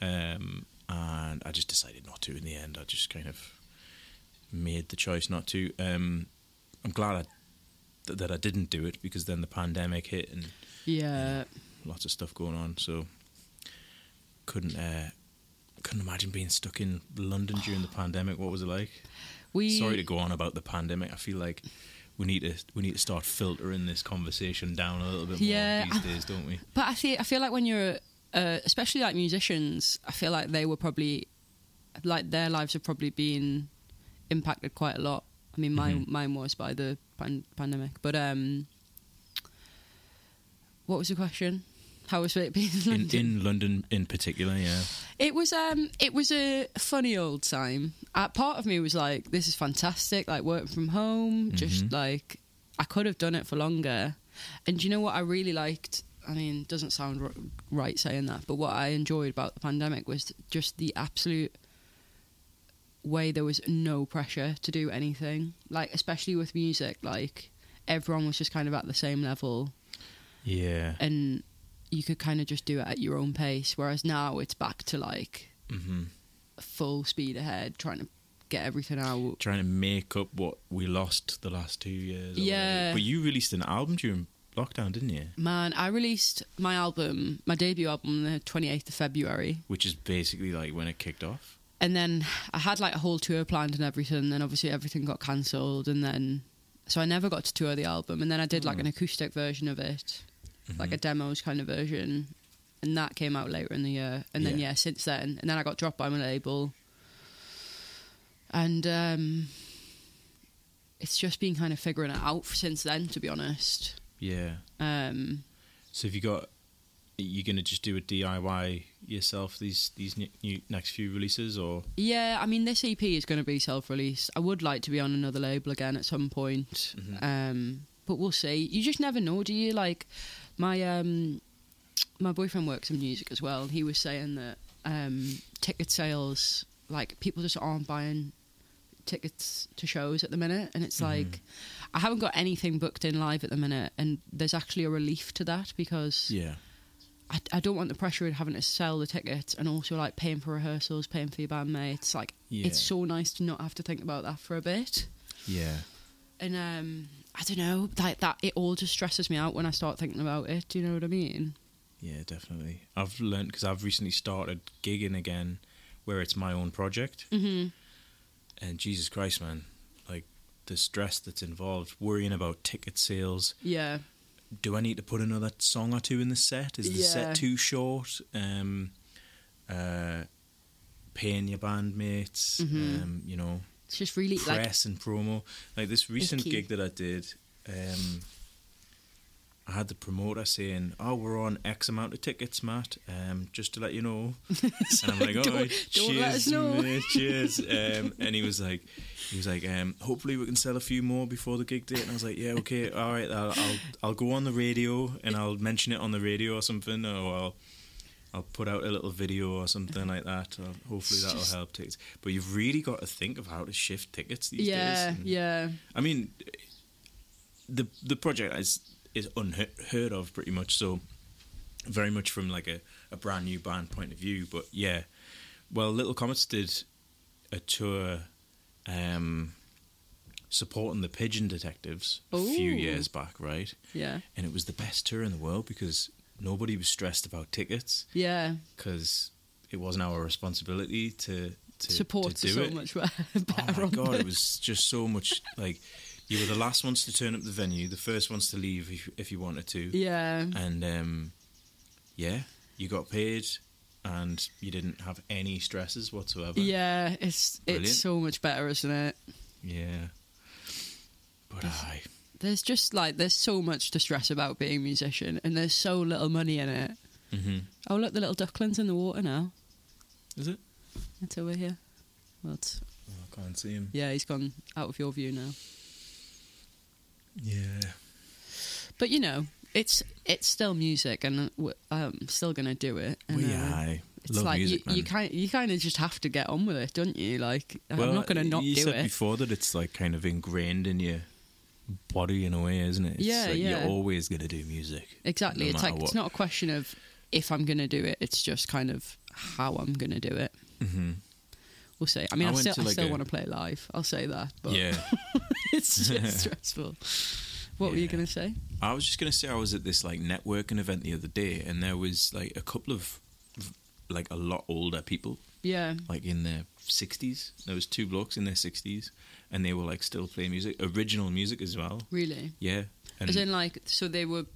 Um, and I just decided not to in the end. I just kind of made the choice not to. Um, I'm glad I, th- that I didn't do it because then the pandemic hit and Yeah. lots of stuff going on. So couldn't uh, couldn't imagine being stuck in London during the pandemic. What was it like? We Sorry to go on about the pandemic. I feel like we need to we need to start filtering this conversation down a little bit more Yeah. these days, don't we? But I feel I feel like when you're, uh, especially like musicians, I feel like they were probably, like their lives have probably been impacted quite a lot. I mean, mine Mm-hmm. mine was by the pan- pandemic. But um, what was the question? How was it being in In, London? in London, in particular, yeah. It was um, it was a funny old time. Uh, part of me was like, "This is fantastic!" Like working from home, just Mhm. like I could have done it for longer. And do you know what I really liked? I mean, it doesn't sound r- right saying that, but what I enjoyed about the pandemic was just the absolute way there was no pressure to do anything. Like especially with music, like everyone was just kind of at the same level Yeah. and you could kind of just do it at your own pace whereas now it's back to like hmm full speed ahead, trying to get everything out. Trying to make up what we lost the last two years. or Yeah. whatever. But you released an album during lockdown, didn't you? Man, I released my album, my debut album, on the 28th of February. Which is basically like when it kicked off. And then I had like a whole tour planned and everything. And then obviously everything got cancelled. And then, so I never got to tour the album. And then I did like an acoustic version of it, like a demos kind of version. And that came out later in the year. And then, Yeah. yeah, since then. And then I got dropped by my label. And um, it's just been kind of figuring it out since then, to be honest. Yeah. Um, So have you got? You're gonna just do a DIY yourself these these new, new next few releases, or yeah, I mean, this EP is going to be self-released. I would like to be on another label again at some point, Mhm. um, but we'll see. You just never know, do you? Like, my um, my boyfriend works in music as well. He was saying that um, ticket sales, like, people just aren't buying tickets to shows at the minute, and it's like I haven't got anything booked in live at the minute, and there's actually a relief to that because yeah, I, I don't want the pressure of having to sell the tickets and also like paying for rehearsals, paying for your bandmates. Like Yeah. it's so nice to not have to think about that for a bit. yeah, And um, I don't know, like that it all just stresses me out when I start thinking about it. Do you know what I mean? yeah, definitely. I've learned because I've recently started gigging again, where it's my own project, Mm-hmm. and Jesus Christ, man, like the stress that's involved, worrying about ticket sales. Yeah, Do I need to put another song or two in the set? Is the Yeah. set too short? Um, uh, paying your bandmates, Mhm. um, you know. it's just really like press and promo. Like this recent key. gig that I did, um, I had the promoter saying, "Oh, we're on X amount of tickets, Matt. Um, just to let you know." and I'm like, "All Don't- right, don't let cheers, us know." mate, cheers." Um, and he was like, "He was like, um, hopefully we can sell a few more before the gig date." And I was like, "Yeah, okay, all right. I'll I'll, I'll go on the radio and I'll mention it on the radio or something, or I'll." I'll put out a little video or something like that. Or hopefully that'll just- help tickets. But you've really got to think of how to shift tickets these yeah, days. And- yeah, I mean, the the project is is unheard of pretty much. So very much from like a, a brand new band point of view. But yeah, well, Little Comets did a tour um, supporting the Pigeon Detectives a few Ooh. years back, right? yeah, And it was the best tour in the world because nobody was stressed about tickets yeah. because it wasn't our responsibility to to Supports to do are so it. much better. Oh my on god, the- it was just so much like you were the last ones to turn up the venue, the first ones to leave if, if you wanted to, Yeah, and um, yeah, you got paid, and you didn't have any stresses whatsoever. yeah. It's Brilliant. it's so much better, isn't it? yeah. But I, There's just like there's so much to stress about being a musician, and there's so little money in it. hmm Oh, look, the little duckling's in the water now. is it? It's over here. Well, it's, Oh, I can't see him. yeah, he's gone out of your view now. Yeah, But you know, It's it's still music, and uh, w- I'm still gonna do it. And, we uh, aye. It's Love like music, you, you man. kind you kind of just have to get on with it, don't you? Like I'm not gonna not you do said it. before that it's like kind of ingrained in your body in a way, isn't it? It's Yeah, like yeah. You're always gonna do music. Exactly. no it's matter like what. it's not a question of if I'm gonna do it. It's just kind of how I'm gonna do it. Mm-hmm. We'll say. I mean, I I, went still to I like still a- want to play live. I'll say that. But Yeah. it's just stressful. What were you Yeah. gonna say? I was just gonna say I was at this like networking event the other day, and there was like a couple of like a lot older people, Yeah. like in their sixties. There was two blokes in their sixties, and they were like still playing music, original music as well. Really. Yeah, and As in, like, so they were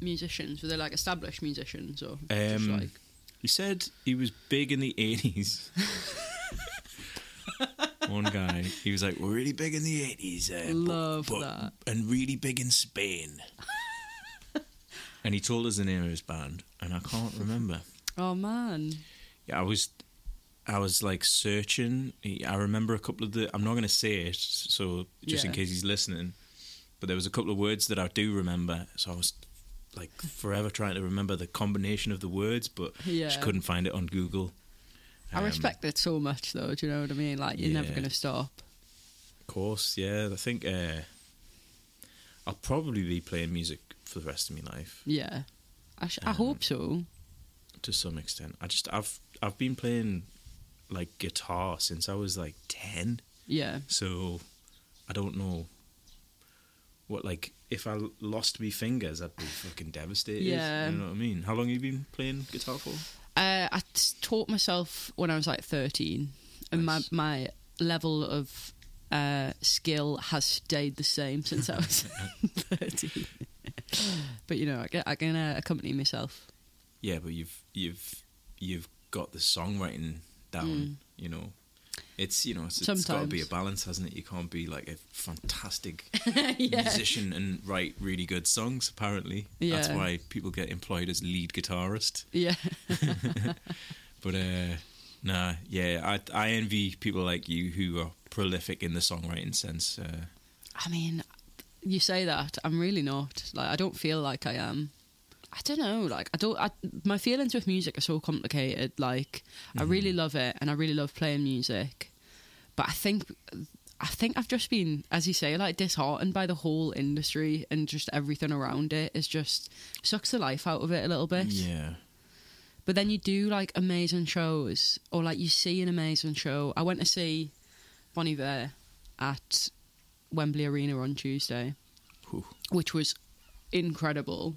musicians. Were they like established musicians or just Um, like? he said he was big in the eighties. One guy, he was like, "We're really big in the eighties, uh, but- Love but- that. and really big in Spain." and he told us the name of his band, and I can't remember. Oh man. Yeah, I was, I was like searching. I remember a couple of the. I'm not going to say it, so just in Yeah. case he's listening. But there was a couple of words that I do remember, so I was like forever trying to remember the combination of the words, but Yeah. just couldn't find it on Google. I Um, respect it so much, though. Do you know what I mean? Like, you're never Yeah. gonna stop. Of course, yeah. I think uh, I'll probably be playing music for the rest of my life Yeah. I, sh- I Um, hope so. to some extent. I just I've I've been playing like guitar since I was like ten. Yeah. So I don't know what like if I l- lost me fingers, I'd be fucking devastated. Yeah. You know what I mean? How long have you been playing guitar for? Uh, I t- taught myself when I was like 13, and Nice. my, my level of uh, skill has stayed the same since I was 13. but you know, I, ca- I can uh, accompany myself. Yeah, but you've you've you've got the songwriting down, Mm. you know. It's you know it's, it's got to be a Sometimes. balance, hasn't it? You can't be like a fantastic yeah. musician and write really good songs. Apparently, that's Yeah. why people get employed as lead guitarist. Yeah. But uh nah, yeah, I I envy people like you who are prolific in the songwriting sense. Uh, I mean, you say that. I'm really not. Like, I don't feel like I am. I don't know. Like, I don't. I, my feelings with music are so complicated. Like, I really love it, and I really love playing music. But I think, I think I've just been, as you say, like disheartened by the whole industry and just everything around it. Is just sucks the life out of it a little bit. yeah. But then you do like amazing shows, or like you see an amazing show. I went to see Bon Iver at Wembley Arena on Tuesday, Whew. which was incredible.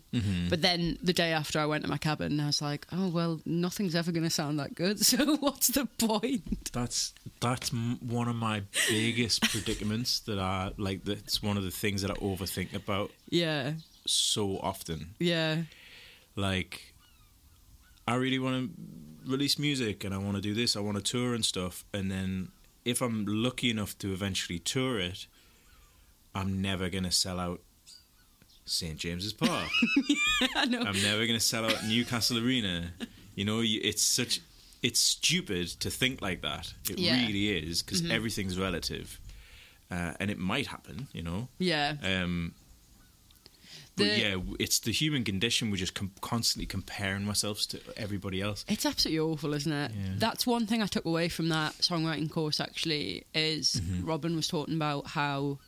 But then the day after, I went to my cabin and I was like, oh, well, nothing's ever going to sound that good. So what's the point? That's that's m- one of my biggest predicaments that I like. That's one of the things that I overthink about Yeah, so often. yeah, Like, I really want to release music and I want to do this. I want to tour and stuff. And then if I'm lucky enough to eventually tour it, I'm never gonna sell out St James's Park. I know. I'm never going to sell out Newcastle Arena. You know, you, it's such it's stupid to think like that. It Yeah. Mm-hmm. really is because everything's relative, uh, and it might happen. You know, yeah, um, but The- yeah, w- it's the human condition. We're just com- constantly comparing ourselves to everybody else. It's absolutely awful, isn't it? Yeah. That's one thing I took away from that songwriting course. Actually, is Robin was talking about how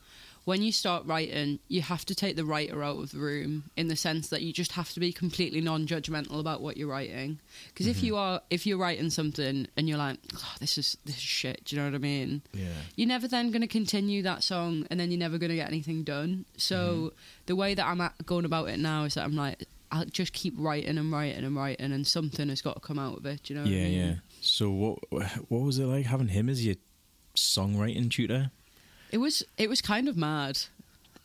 when you start writing, you have to take the writer out of the room in the sense that you just have to be completely non-judgmental about what you're writing. Because if you are, if you're writing something and you're like, oh, "This is this is shit," do you know what I mean? Yeah, you're never then going to continue that song and then you're never going to get anything done. Mm-hmm. So the way that I'm at, going about it now is that I'm like, I'll just keep writing and writing and writing and something has got to come out of it. do you know? what I mean? So what what was it like having him as your songwriting tutor? It was it was kind of mad.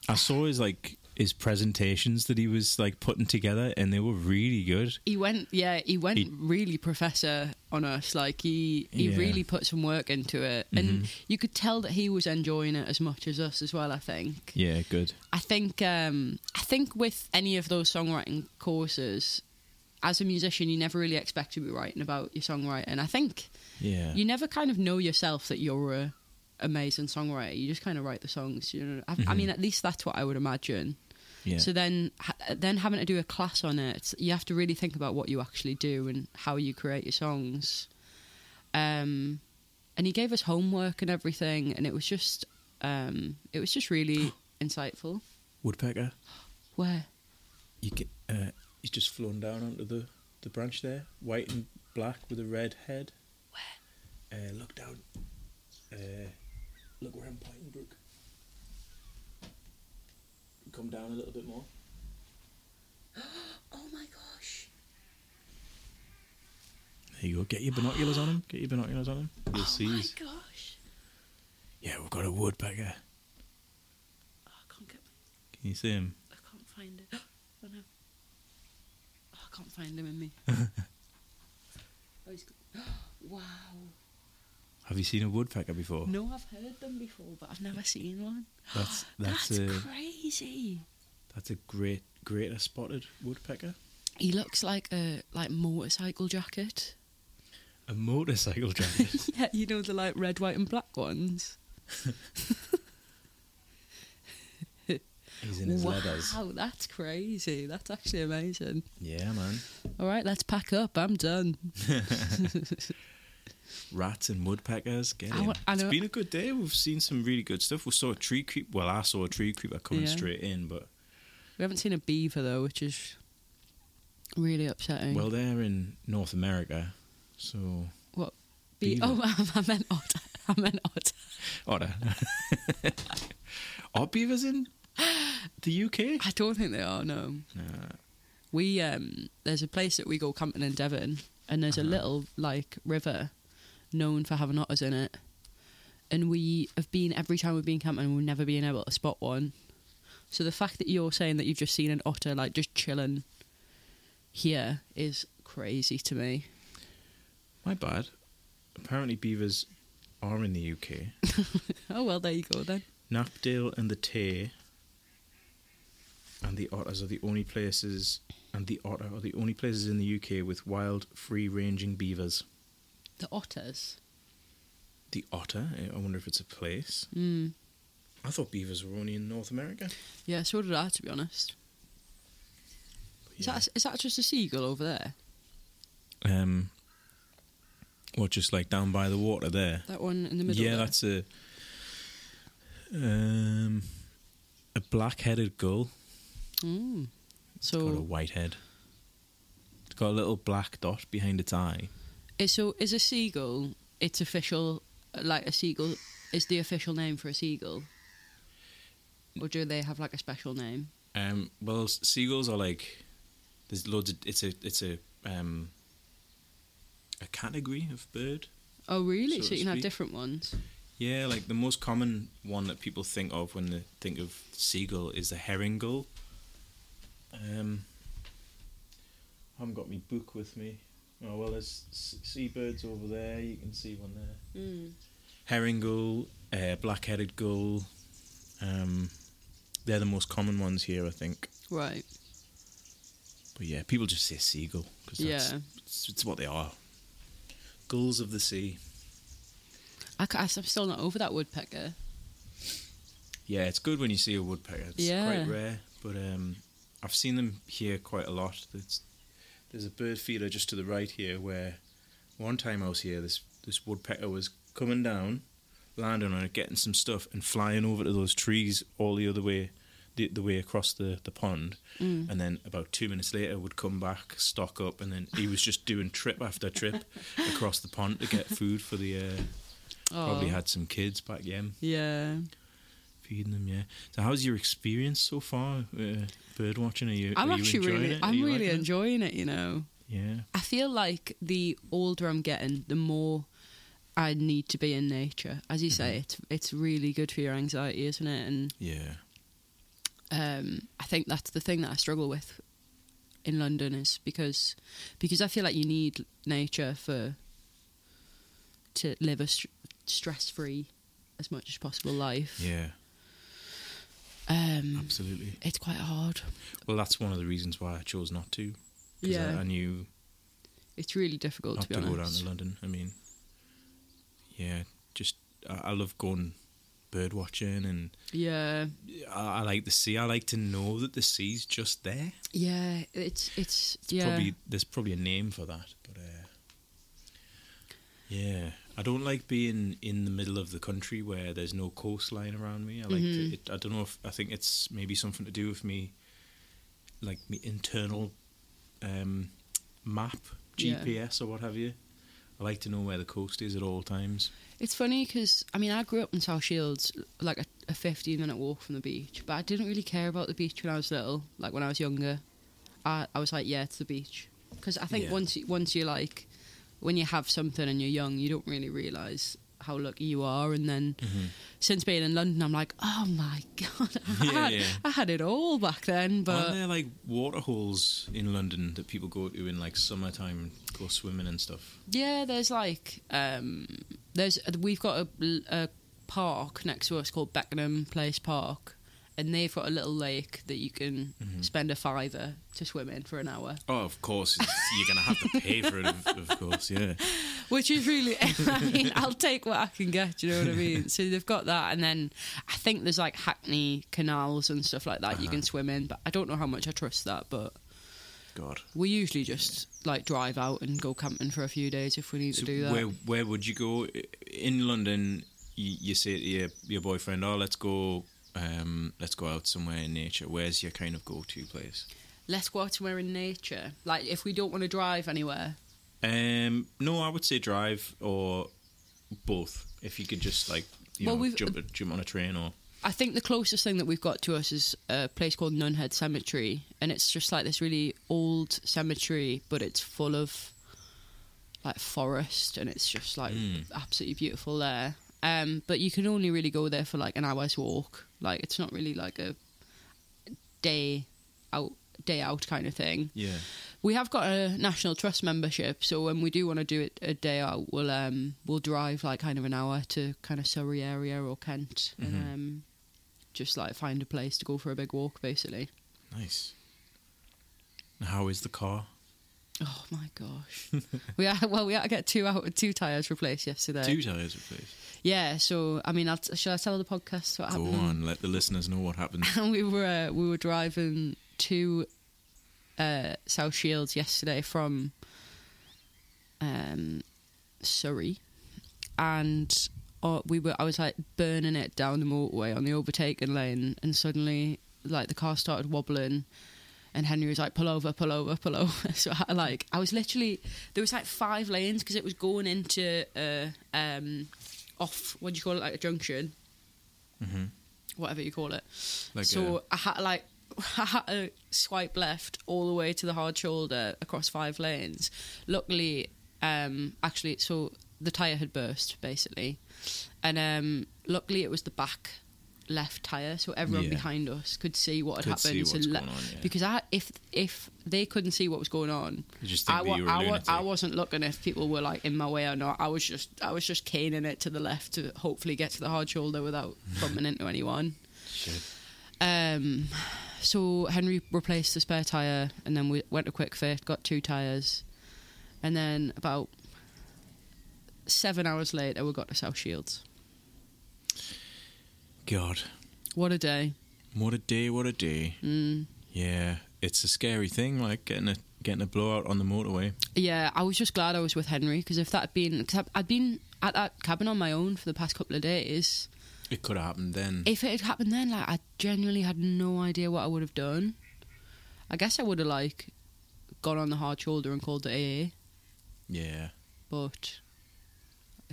I saw his like his presentations that he was like putting together, and they were really good. He went, yeah, he went He- really professor on us. Like he he Yeah. Mm-hmm. really put some work into it, and you could tell that he was enjoying it as much as us as well. I think. Yeah, good. I think um, I think with any of those songwriting courses, as a musician, you never really expect to be writing about your songwriting. I think Yeah, you never kind of know yourself that you're a amazing songwriter. You just kind of write the songs. You know, I, I mean, at least that's what I would imagine. Mm-hmm. Yeah. So then, ha- then having to do a class on it, it's- you have to really think about what you actually do and how you create your songs. Um, and he gave us homework and everything, and it was just, um, it was just really insightful. Woodpecker, Where? you get, uh, he's just flown down onto the, the branch there, white and black with a red head. Where? Uh, look down. Uh, look where I'm pointing, Brooke. Come down a little bit more. Oh my gosh! There you go. Get your binoculars on him. Get your binoculars on him. Oh You'll see. he's- gosh! Yeah, we've got a woodpecker. Oh, I can't get, Can you see him? I can't find it. Oh no! Oh, I can't find him in me. oh, he's wow! Have you seen a woodpecker before? No, I've heard them before, but I've never seen one. That's That's, that's, a crazy. that's a great greater spotted woodpecker. He looks like a like motorcycle jacket. A motorcycle driver. yeah, you know the like red, white, and black ones. He's in his wow, leathers. that's crazy. That's actually amazing. Yeah, man. All right, let's pack up. I'm done. Rats and woodpeckers. Get I in. wa- I it's know- been a good day. We've seen some really good stuff. We saw a tree creep. Well, I saw a tree creeper coming Yeah. straight in, but We haven't seen a beaver though, which is really upsetting. well, they're in North America, so what? Be- beaver. oh, I meant otter. I meant otter. otter. Are beavers in the UK? I don't think they are. No. Nah. we um there's a place that we go camping in Devon Uh-huh. and there's a little like river known for having otters in it. And we have been every time we've been camping we've never been able to spot one. So the fact that you're saying that you've just seen an otter like just chilling here is crazy to me. My bad. Apparently, beavers are in the UK. Oh well there you go then. Knapdale and the Tay and the otters are the only places, and the otter are the only places in the UK with wild, free ranging beavers. The otters. The otter, eh, I- I wonder if it's a place. Mm. I thought beavers were only in North America. Yeah, so did I to be honest. But Is yeah. that is that just a seagull over there? Um, what, just like down by the water there? That one in the middle yeah, there? that's a um, a black-headed gull. Mm. Got a So white head. It's got a little black dot behind its eye. Is- So is a seagull its official like a seagull is the official name for a seagull? Or do they have like a special name? Um, well, s- seagulls are like there's loads. Of, it's a it's a um, a category of bird. Oh really? So So, to you can have speak. different ones. Yeah, like the most common one that people think of when they think of seagull is the herring gull. Um, I haven't got my book with me. Oh well, there's s- seabirds over there. You can see one there. herring gull, uh, black-headed gull. Um, they're the most common ones here, I think. Right. But yeah, people just say seagull because Yeah. it's, it's what they are. Gulls of the sea. I ca- I'm still not over that woodpecker. Yeah, it's good when you see a woodpecker. It's Yeah. quite rare, but um, I've seen them here quite a lot. It's, there's a bird feeder just to the right here where one time I was here, this this woodpecker was coming down, landing on it, getting some stuff, and flying over to those trees all the other way, the, the way across the, the pond. And then about two minutes later, would come back, stock up, and then he was just doing trip after trip across the pond to get food for the. Uh, Oh. probably had some kids back then Yeah. feeding them. Yeah. So, how's your experience so far uh, bird watching? Are you? I'm are you actually enjoying really It? Are I'm you really liking it? enjoying it, you know. Yeah. I feel like the older I'm getting, the more I need to be in nature. As you Mm-hmm. say, it's it's really good for your anxiety, isn't it? And Yeah. um, I think that's the thing that I struggle with in London is because because I feel like you need nature for to live a st- stress free as much as possible life. Yeah. Um, Absolutely. it's quite hard. Well, that's one of the reasons why I chose not to. 'cause Yeah. I, I knew It's really difficult not to be to go down honest. to London. I mean, yeah, just I, I love going bird watching, and Yeah, I, I like the sea. I like to know that the sea's just there. yeah. It's it's, It's yeah. probably there's probably a name for that, but uh, yeah, I don't like being in the middle of the country where there's no coastline around me. I like Mhm. to, it, I don't know if I think it's maybe something to do with me, like my internal um, map Yeah. GPS or what have you. I like to know where the coast is at all times. It's funny because I mean I grew up in South Shields, like a, a fifteen minute walk from the beach, but I didn't really care about the beach when I was little. Like when I was younger, I I was like, yeah, it's the beach, because I think Yeah. once you- once you like, when you have something and you're young, you don't really realize how lucky you are. And then Mm-hmm. since being in London, I'm like, oh my god, I, Yeah, had, yeah. I had it all back then. Aren't But there like water holes in London that people go to in like summertime and go swimming and stuff? yeah, there's like um, there's we've got a, a park next to us called Beckenham Place Park, and they've got a little lake that you can Mm-hmm. spend a fiver to swim in for an hour, Oh, of course, it's- you're gonna have to pay for it. Of, of course, yeah. which is really. I mean, I'll take what I can get. You know what I mean? So they've got that, and then I think there's like Hackney canals and stuff like that you Uh-huh. can swim in, but I don't know how much I trust that, but. God, We usually just like drive out and go camping for a few days if we need so to do that. where where would you go I- in London? You, you say to your your boyfriend, "Oh, let's go, um, let's go out somewhere in nature." Where's your kind of go to place? Let's go out and we're in nature. Like if we don't want to drive anywhere. Um, no, I would say drive or both. If you could just like you Well, know we've- jump jump on a train or I think the closest thing that we've got to us is a place called Nunhead Cemetery, and it's just like this really old cemetery, but it's full of like forest, and it's just like Mm. absolutely beautiful there. Um, but you can only really go there for like an hour's walk. Like it's not really like a day out, day out kind of thing. yeah. We have got a National Trust membership, so when we do want to do it a day out, we'll um we'll drive like kind of an hour to kind of Surrey area or Kent, Mm-hmm. and um, just like find a place to go for a big walk, basically. Nice. How is the car? Oh my gosh, we had well we had to get two out two tires replaced yesterday. Two tires replaced. Yeah, so I mean, I'll t- shall I tell the podcast what Go happened? on, let the listeners know what happened. and we were uh, we were driving to uh, South Shields yesterday from um, Surrey, and uh, we were I was like burning it down the motorway on the overtaken lane, and suddenly like the car started wobbling. And Henry was like, "Pull over, pull over, pull over." So I like, I was literally there was like five lanes because it was going into a um, off what do you call it, like a junction, whatever you call it Like so uh, I had to, like I had to swipe left all the way to the hard shoulder across five lanes. Luckily, um, actually, so the tire had burst basically, and um, luckily it was the back left tire, so everyone Yeah. behind us could see what had Could see happened. what's so going on, yeah. because I, if if they couldn't see what was going on, You just think I, that wa- you were a I, wa- lunatic. I wasn't looking if people were like in my way or not. I was just I was just caning it to the left to hopefully get to the hard shoulder without bumping into anyone. shit. Um, so Henry replaced the spare tire, and then we went to quick fit, got two tires, and then about seven hours later, we got to South Shields. God, What a day! what a day! What a day! Mm. Yeah, it's a scary thing, like getting a getting a blowout on the motorway. Yeah, I was just glad I was with Henry because if that had been, cause I'd- I'd been at that cabin on my own for the past couple of days. It could have happened then. If it had happened then, like I genuinely had no idea what I would have done. I guess I would have like gone on the hard shoulder and called the AA. yeah, but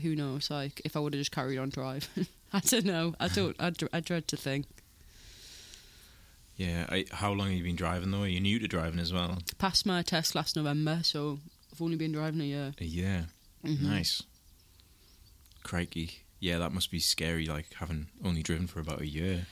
who knows? Like, if I would have just carried on driving, I don't know. I don't. I, dr- I dread to think. yeah. I, how long have you been driving though? Are you new to driving as well? Passed my test last November, so I've only been driving a year. Yeah, Mhm. Mm-hmm. nice. Crikey, yeah, that must be scary. Like having only driven for about a year.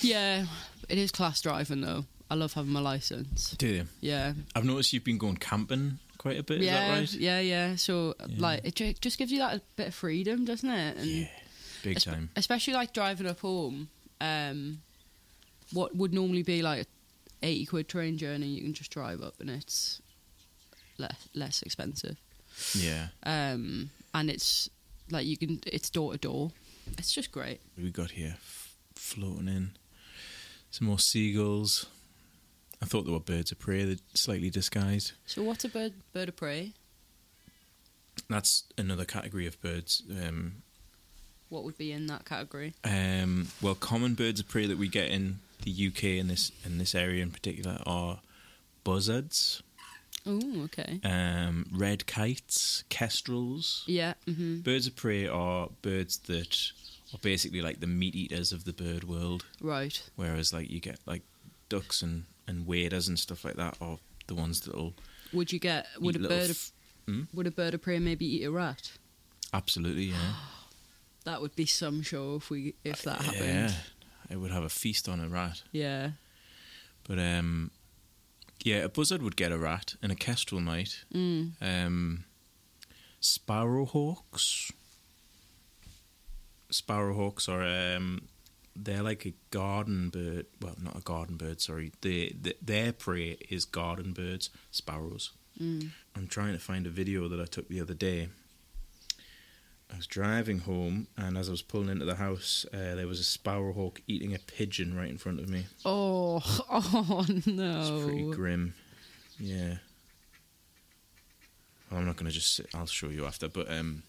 Yeah, it is class driving though. I love having my license. Do you? Yeah, I've noticed you've been going camping quite a bit. yeah, Is that right? yeah, yeah. So Yeah. like, it ju- just gives you that bit of freedom, doesn't it? And Yeah, big espe- time. Especially like driving up home. Um, what would normally be like a eighty quid train journey, you can just drive up, and it's less less expensive. Yeah. um, and it's like you can it's door to door It's just great. we got here f- floating in some more seagulls i thought they were birds of prey they're slightly disguised So what's a bird bird of prey? that's another category of birds um, What would be in that category? um, well common birds of prey that we get in the uk in this in this area in particular are buzzards Oh, okay. um, red kites kestrels Yeah. hmm birds of prey are birds that are basically like the meat eaters of the bird world Right. Whereas like you get like ducks and and waders and stuff like that are the ones that'll Would you get would eat a little bird f- of would a bird of prey maybe eat a rat? absolutely yeah That would be some show if we if that yeah happened. it would have a feast on a rat Yeah. but um yeah a buzzard would get a rat and a kestrel might Mm. um sparrowhawks sparrowhawks are um they're like a garden bird well not a garden bird sorry they, th their prey is garden birds sparrows Mm. I'm trying to find a video that I took the other day. I was driving home, and as I was pulling into the house, uh, there was a sparrowhawk eating a pigeon right in front of me. Oh, oh It's pretty no. grim. Yeah. Well, I'm not going to just. Sit, I'll show you after, but um,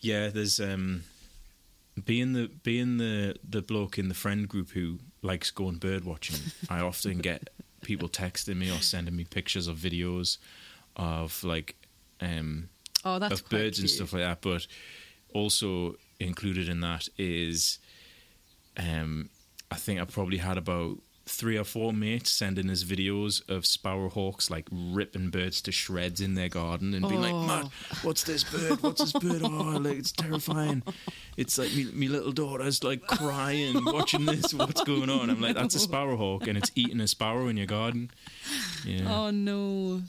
yeah, there's um, being the being the the bloke in the friend group who likes going bird watching. I often get people texting me or sending me pictures of videos of like um Oh, that's of quite birds and cute. stuff like that. But also included in that is, um, I think I probably had about three or four mates sending us videos of sparrowhawks like ripping birds to shreds in their garden and being Oh. like, "Matt, what's this bird? What's this bird? Oh, like, it's terrifying." It's like me, me little daughter's like crying watching this. What's going on? I'm like, "That's a sparrowhawk, and it's eating a sparrow in your garden." Yeah, Oh no.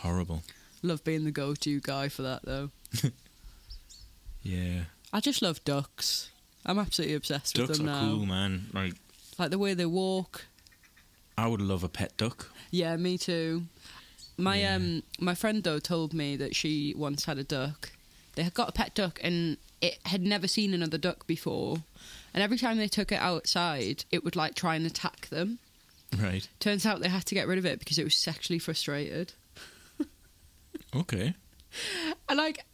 horrible. Love being the go-to guy for that though. Yeah, I just love ducks. I'm absolutely obsessed with ducks are them now. cool, man. Like Like the way they walk. I would love a pet duck. Yeah, me too. My Yeah. um my friend though told me that she once had a duck. They had got a pet duck and it had never seen another duck before. And every time they took it outside, it would like try and attack them. Right. Turns out they had to get rid of it because it was sexually frustrated. Okay. I like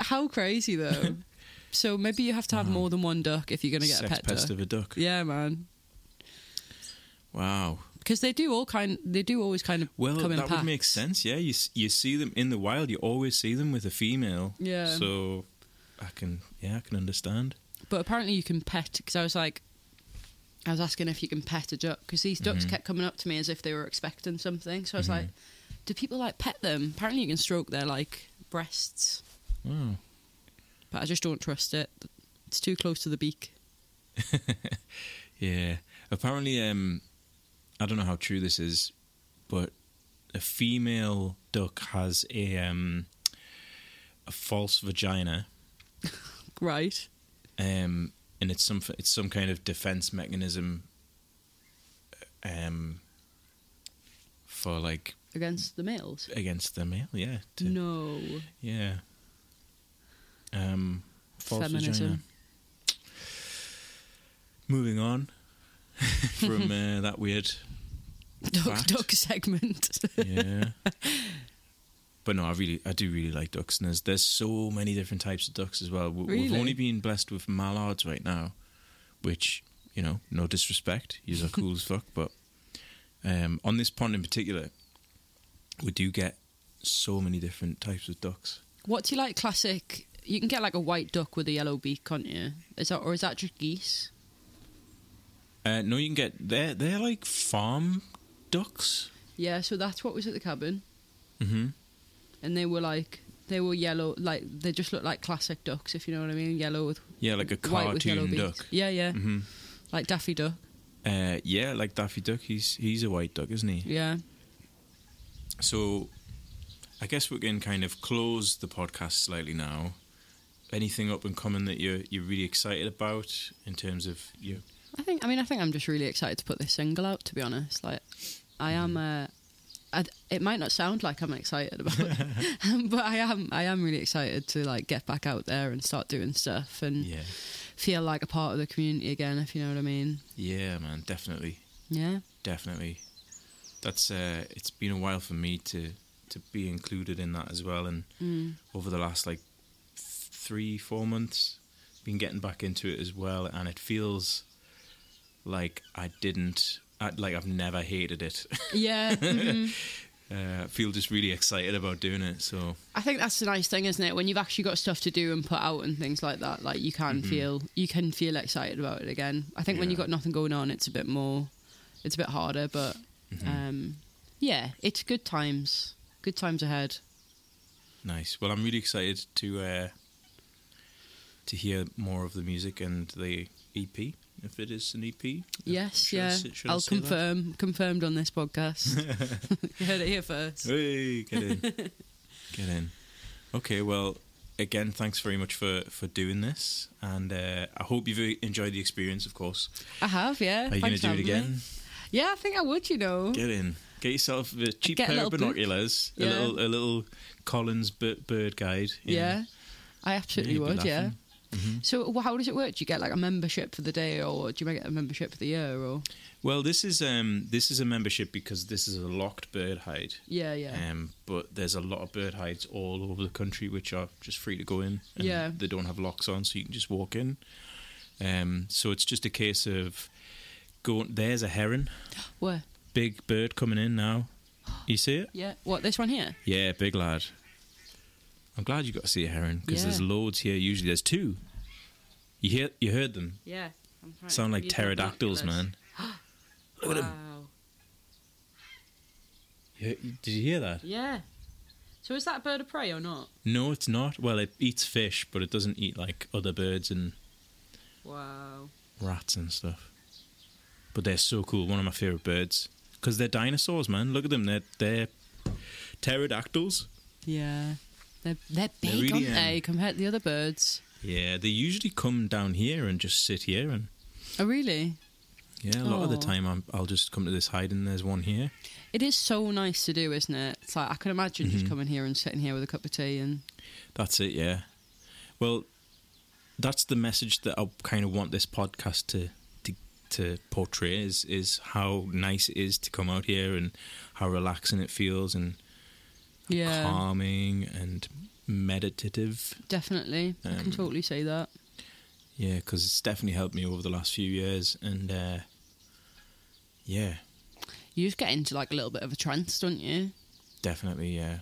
how crazy though. so maybe you have to have more than one duck if you're going to get Sex a pet pest duck. of a duck. Yeah, man. Wow. Because they do all kind. They do always kind of Well, come in that would packs. make sense. Yeah, you s- you see them in the wild. You always see them with a female. Yeah. So I can yeah I can understand. But apparently you can pet because I was like, I was asking if you can pet a duck because these ducks kept coming up to me as if they were expecting something. So I was like, do people like pet them? Apparently you can stroke their like breasts, Wow. but I just don't trust it. It's too close to the beak. Yeah. Apparently, um, I don't know how true this is, but a female duck has a um a false vagina. Right? um, and it's some it's some kind of defense mechanism um, for like Against the males? against the male. Yeah, to- No. yeah. Um, false Feminism. vagina. Moving on from uh, that weird, Duck, Fact. duck segment. yeah. But no, I really, I do really like ducks, and there's, there's so many different types of ducks as well. We, We've Really? only been blessed with mallards right now, which you know, no disrespect, these are cool as fuck, but um, on this pond in particular, we do get so many different types of ducks. What's your like classic? You can get like a white duck with a yellow beak, can't you? Is that or is that just geese? Uh, no, you can get they're they're like farm ducks. Yeah. So that's what was at the cabin. Mm-hmm. and they were like they were yellow like they just looked like classic ducks if you know what i mean yellow with Yeah, like a white with yellow cartoon beaks. duck. yeah yeah hmm like daffy duck Uh, yeah, like Daffy Duck. He's he's a white duck, isn't he? yeah So, I guess we can kind of close the podcast slightly now. Anything up and coming that you're you're really excited about in terms of your Hmm. i think i mean i think i'm just really excited to put this single out to be honest like i am uh I, it might not sound like I'm excited about it, but I am. I am really excited to like get back out there and start doing stuff and Yeah. feel like a part of the community again. If you know what I mean? Yeah, man, definitely. Yeah. Definitely. That's uh it's been a while for me to to be included in that as well and Mm. over the last like th- 3 4 months been getting back into it as well and it feels like I didn't I, like I've never hated it. Yeah. mhm. uh, I feel just really excited about doing it. So I think that's the nice thing, isn't it? When you've actually got stuff to do and put out and things like that, like you can feel you can feel excited about it again. I think when Mm-hmm. Yeah. you've got nothing going on, it's a bit more, it's a bit harder, but Mm-hmm. um, yeah, it's good times, good times ahead. nice. Well, I'm really excited to uh, to hear more of the music and the EP, if it is an EP. Yes, Should I yeah, s- should I I'll say that? confirm, confirmed on this podcast. you heard it here first. Hey, get in, get in. Okay, well, again, thanks very much for for doing this, and uh, I hope you've enjoyed the experience. Of course, I have, yeah. are you going Thanks to do for it having me. again? Yeah, I think I would. You know, Get in. Get yourself a cheap Get a pair little of book. binoculars, a Yeah. little a little Collins bir- bird guide. yeah. I absolutely you'd be would. Yeah. laughing. Mhm. So, wh- how does it work? Do you get like a membership for the day, or do you get a membership for the year, or Well, this is um this is a membership because this is a locked bird hide. yeah, yeah, Um, but there's a lot of bird hides all over the country which are just free to go in. And Yeah. They don't have locks on, so you can just walk in. Um, so it's just a case of going. There's a heron, where? big bird coming in now. You see it? Yeah, what this one here? Yeah, big lad. I'm glad you got to see a heron because Yeah. there's loads here. Usually there's two. You hear? You heard them? Yeah, Sound like pterodactyls, man. Look at him. You- Did you hear that? Yeah. So is that a bird of prey or not? No, it's not. Well, it eats fish, but it doesn't eat like other birds and Wow. rats and stuff. But they're so cool. One of my favorite birds because they're dinosaurs, man. Look at them. They're they're pterodactyls. Yeah, they're they're big, They're really, aren't they? um, Compared to the other birds. Yeah, they usually come down here and just sit here and Oh, really? yeah. A lot of the Aw. time, I'm, I'll just come to this hide and there's one here. It is so nice to do, isn't it? It's like I can imagine just Mhm. coming here and sitting here with a cup of tea and That's it. Yeah. Well, that's the message that I kind of want this podcast to to to portray is is how nice it is to come out here and how relaxing it feels and yeah, calming and meditative. definitely. I Um, can totally say that. Yeah, because it's definitely helped me over the last few years, and uh, yeah, You just get into like a little bit of a trance, don't you? definitely, yeah.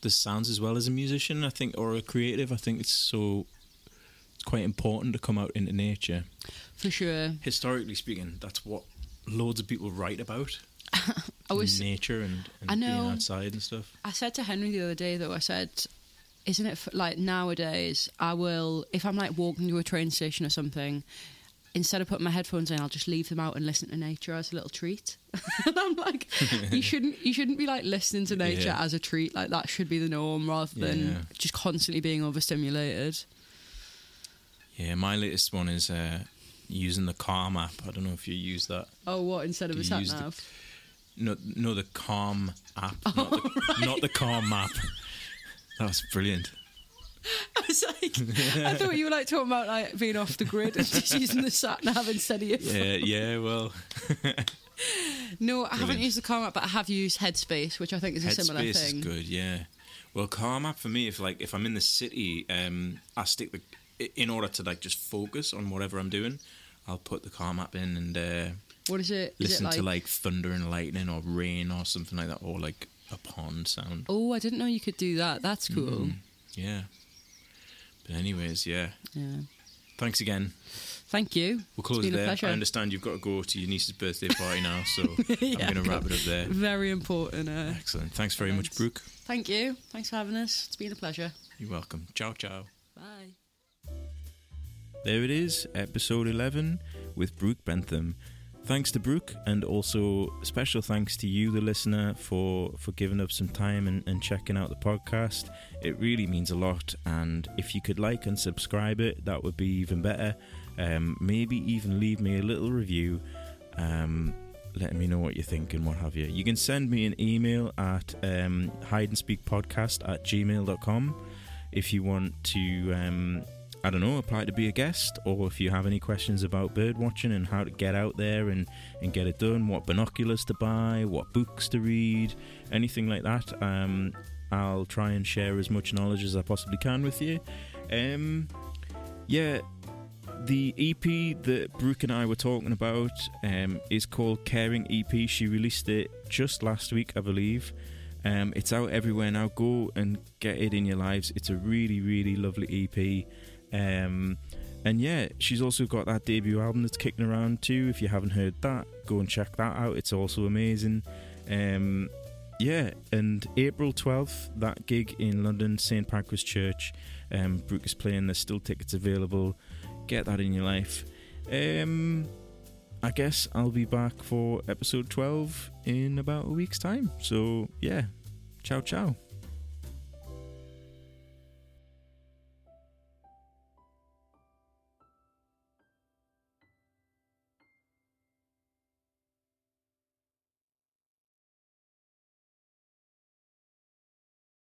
The sounds as well as a musician, I think, or a creative, I think it's so it's quite important to come out into nature. For sure. Historically speaking, that's what loads of people write about I was nature and, and I know. being outside and stuff. I said to Henry the other day, though, I said, isn't it f- like nowadays, I will, if I'm like walking to a train station or something, instead of putting my headphones in, I'll just leave them out and listen to nature as a little treat. and I'm like, you shouldn't, you shouldn't be like listening to nature Yeah. as a treat. Like that should be the norm rather than Yeah. just constantly being overstimulated. Yeah, my latest one is uh, using the Calm app. I don't know if you use that. Oh, what? Instead of Do a you sat use the- nav? No, no, the Calm app, not, the, Oh, not the Calm map. That was brilliant. I was like, I thought you were like talking about like being off the grid and just using the sat nav instead of your Yeah, yeah. Well, No, I haven't Brilliant. used the Calm app, but I have used Headspace, which I think is a similar Headspace thing. is good. Yeah. Well, Calm app for me. If like if I'm in the city, um, I stick the in order to like just focus on whatever I'm doing. I'll put the Calm app in and uh, What is it? Is listen it like, to like thunder and lightning or rain or something like that, or like a pond sound. Oh, I didn't know you could do that. Mm. That's cool. Yeah. But anyways, yeah. Yeah. Thanks again. Thank you. We'll close been a there. pleasure. I understand you've got to go to your niece's birthday party now, so Yeah, I'm going I've to wrap got- it up there. Very important. Uh, Excellent. Thanks very much, Thanks. Brooke. thank you. Thanks for having us. It's been a pleasure. You're welcome. Ciao, ciao. Bye. There it is, episode 11 with Brooke Bentham. Thanks to Brooke, and also special thanks to you, the listener, for, for giving up some time and, and checking out the podcast. It really means a lot. And if you could like and subscribe it, that would be even better. Um, maybe even leave me a little review. Um, letting me know what you think and what have you. You can send me an email at um, hide and speak podcast at gmail.com if you want to, um, I don't know, apply to be a guest or if you have any questions about bird watching and how to get out there and, and get it done, what binoculars to buy, what books to read, anything like that. Um, I'll try and share as much knowledge as I possibly can with you. Um, yeah, the EP that Brooke and I were talking about um, is called Caring EP. She released it just last week, I believe. Um, it's out everywhere now. Go and get it in your lives. It's a really, really lovely E EP. Um, and yeah, she's also got that debut album that's kicking around too. If you haven't heard that, go and check that out. It's also amazing. Um, yeah, and April 12th, that gig in London, St. Pancras Church. Um, Brooke is playing, there's still tickets available. Get that in your life. Um, I guess I'll be back for episode 12 in about a week's time. So, yeah, ciao, ciao.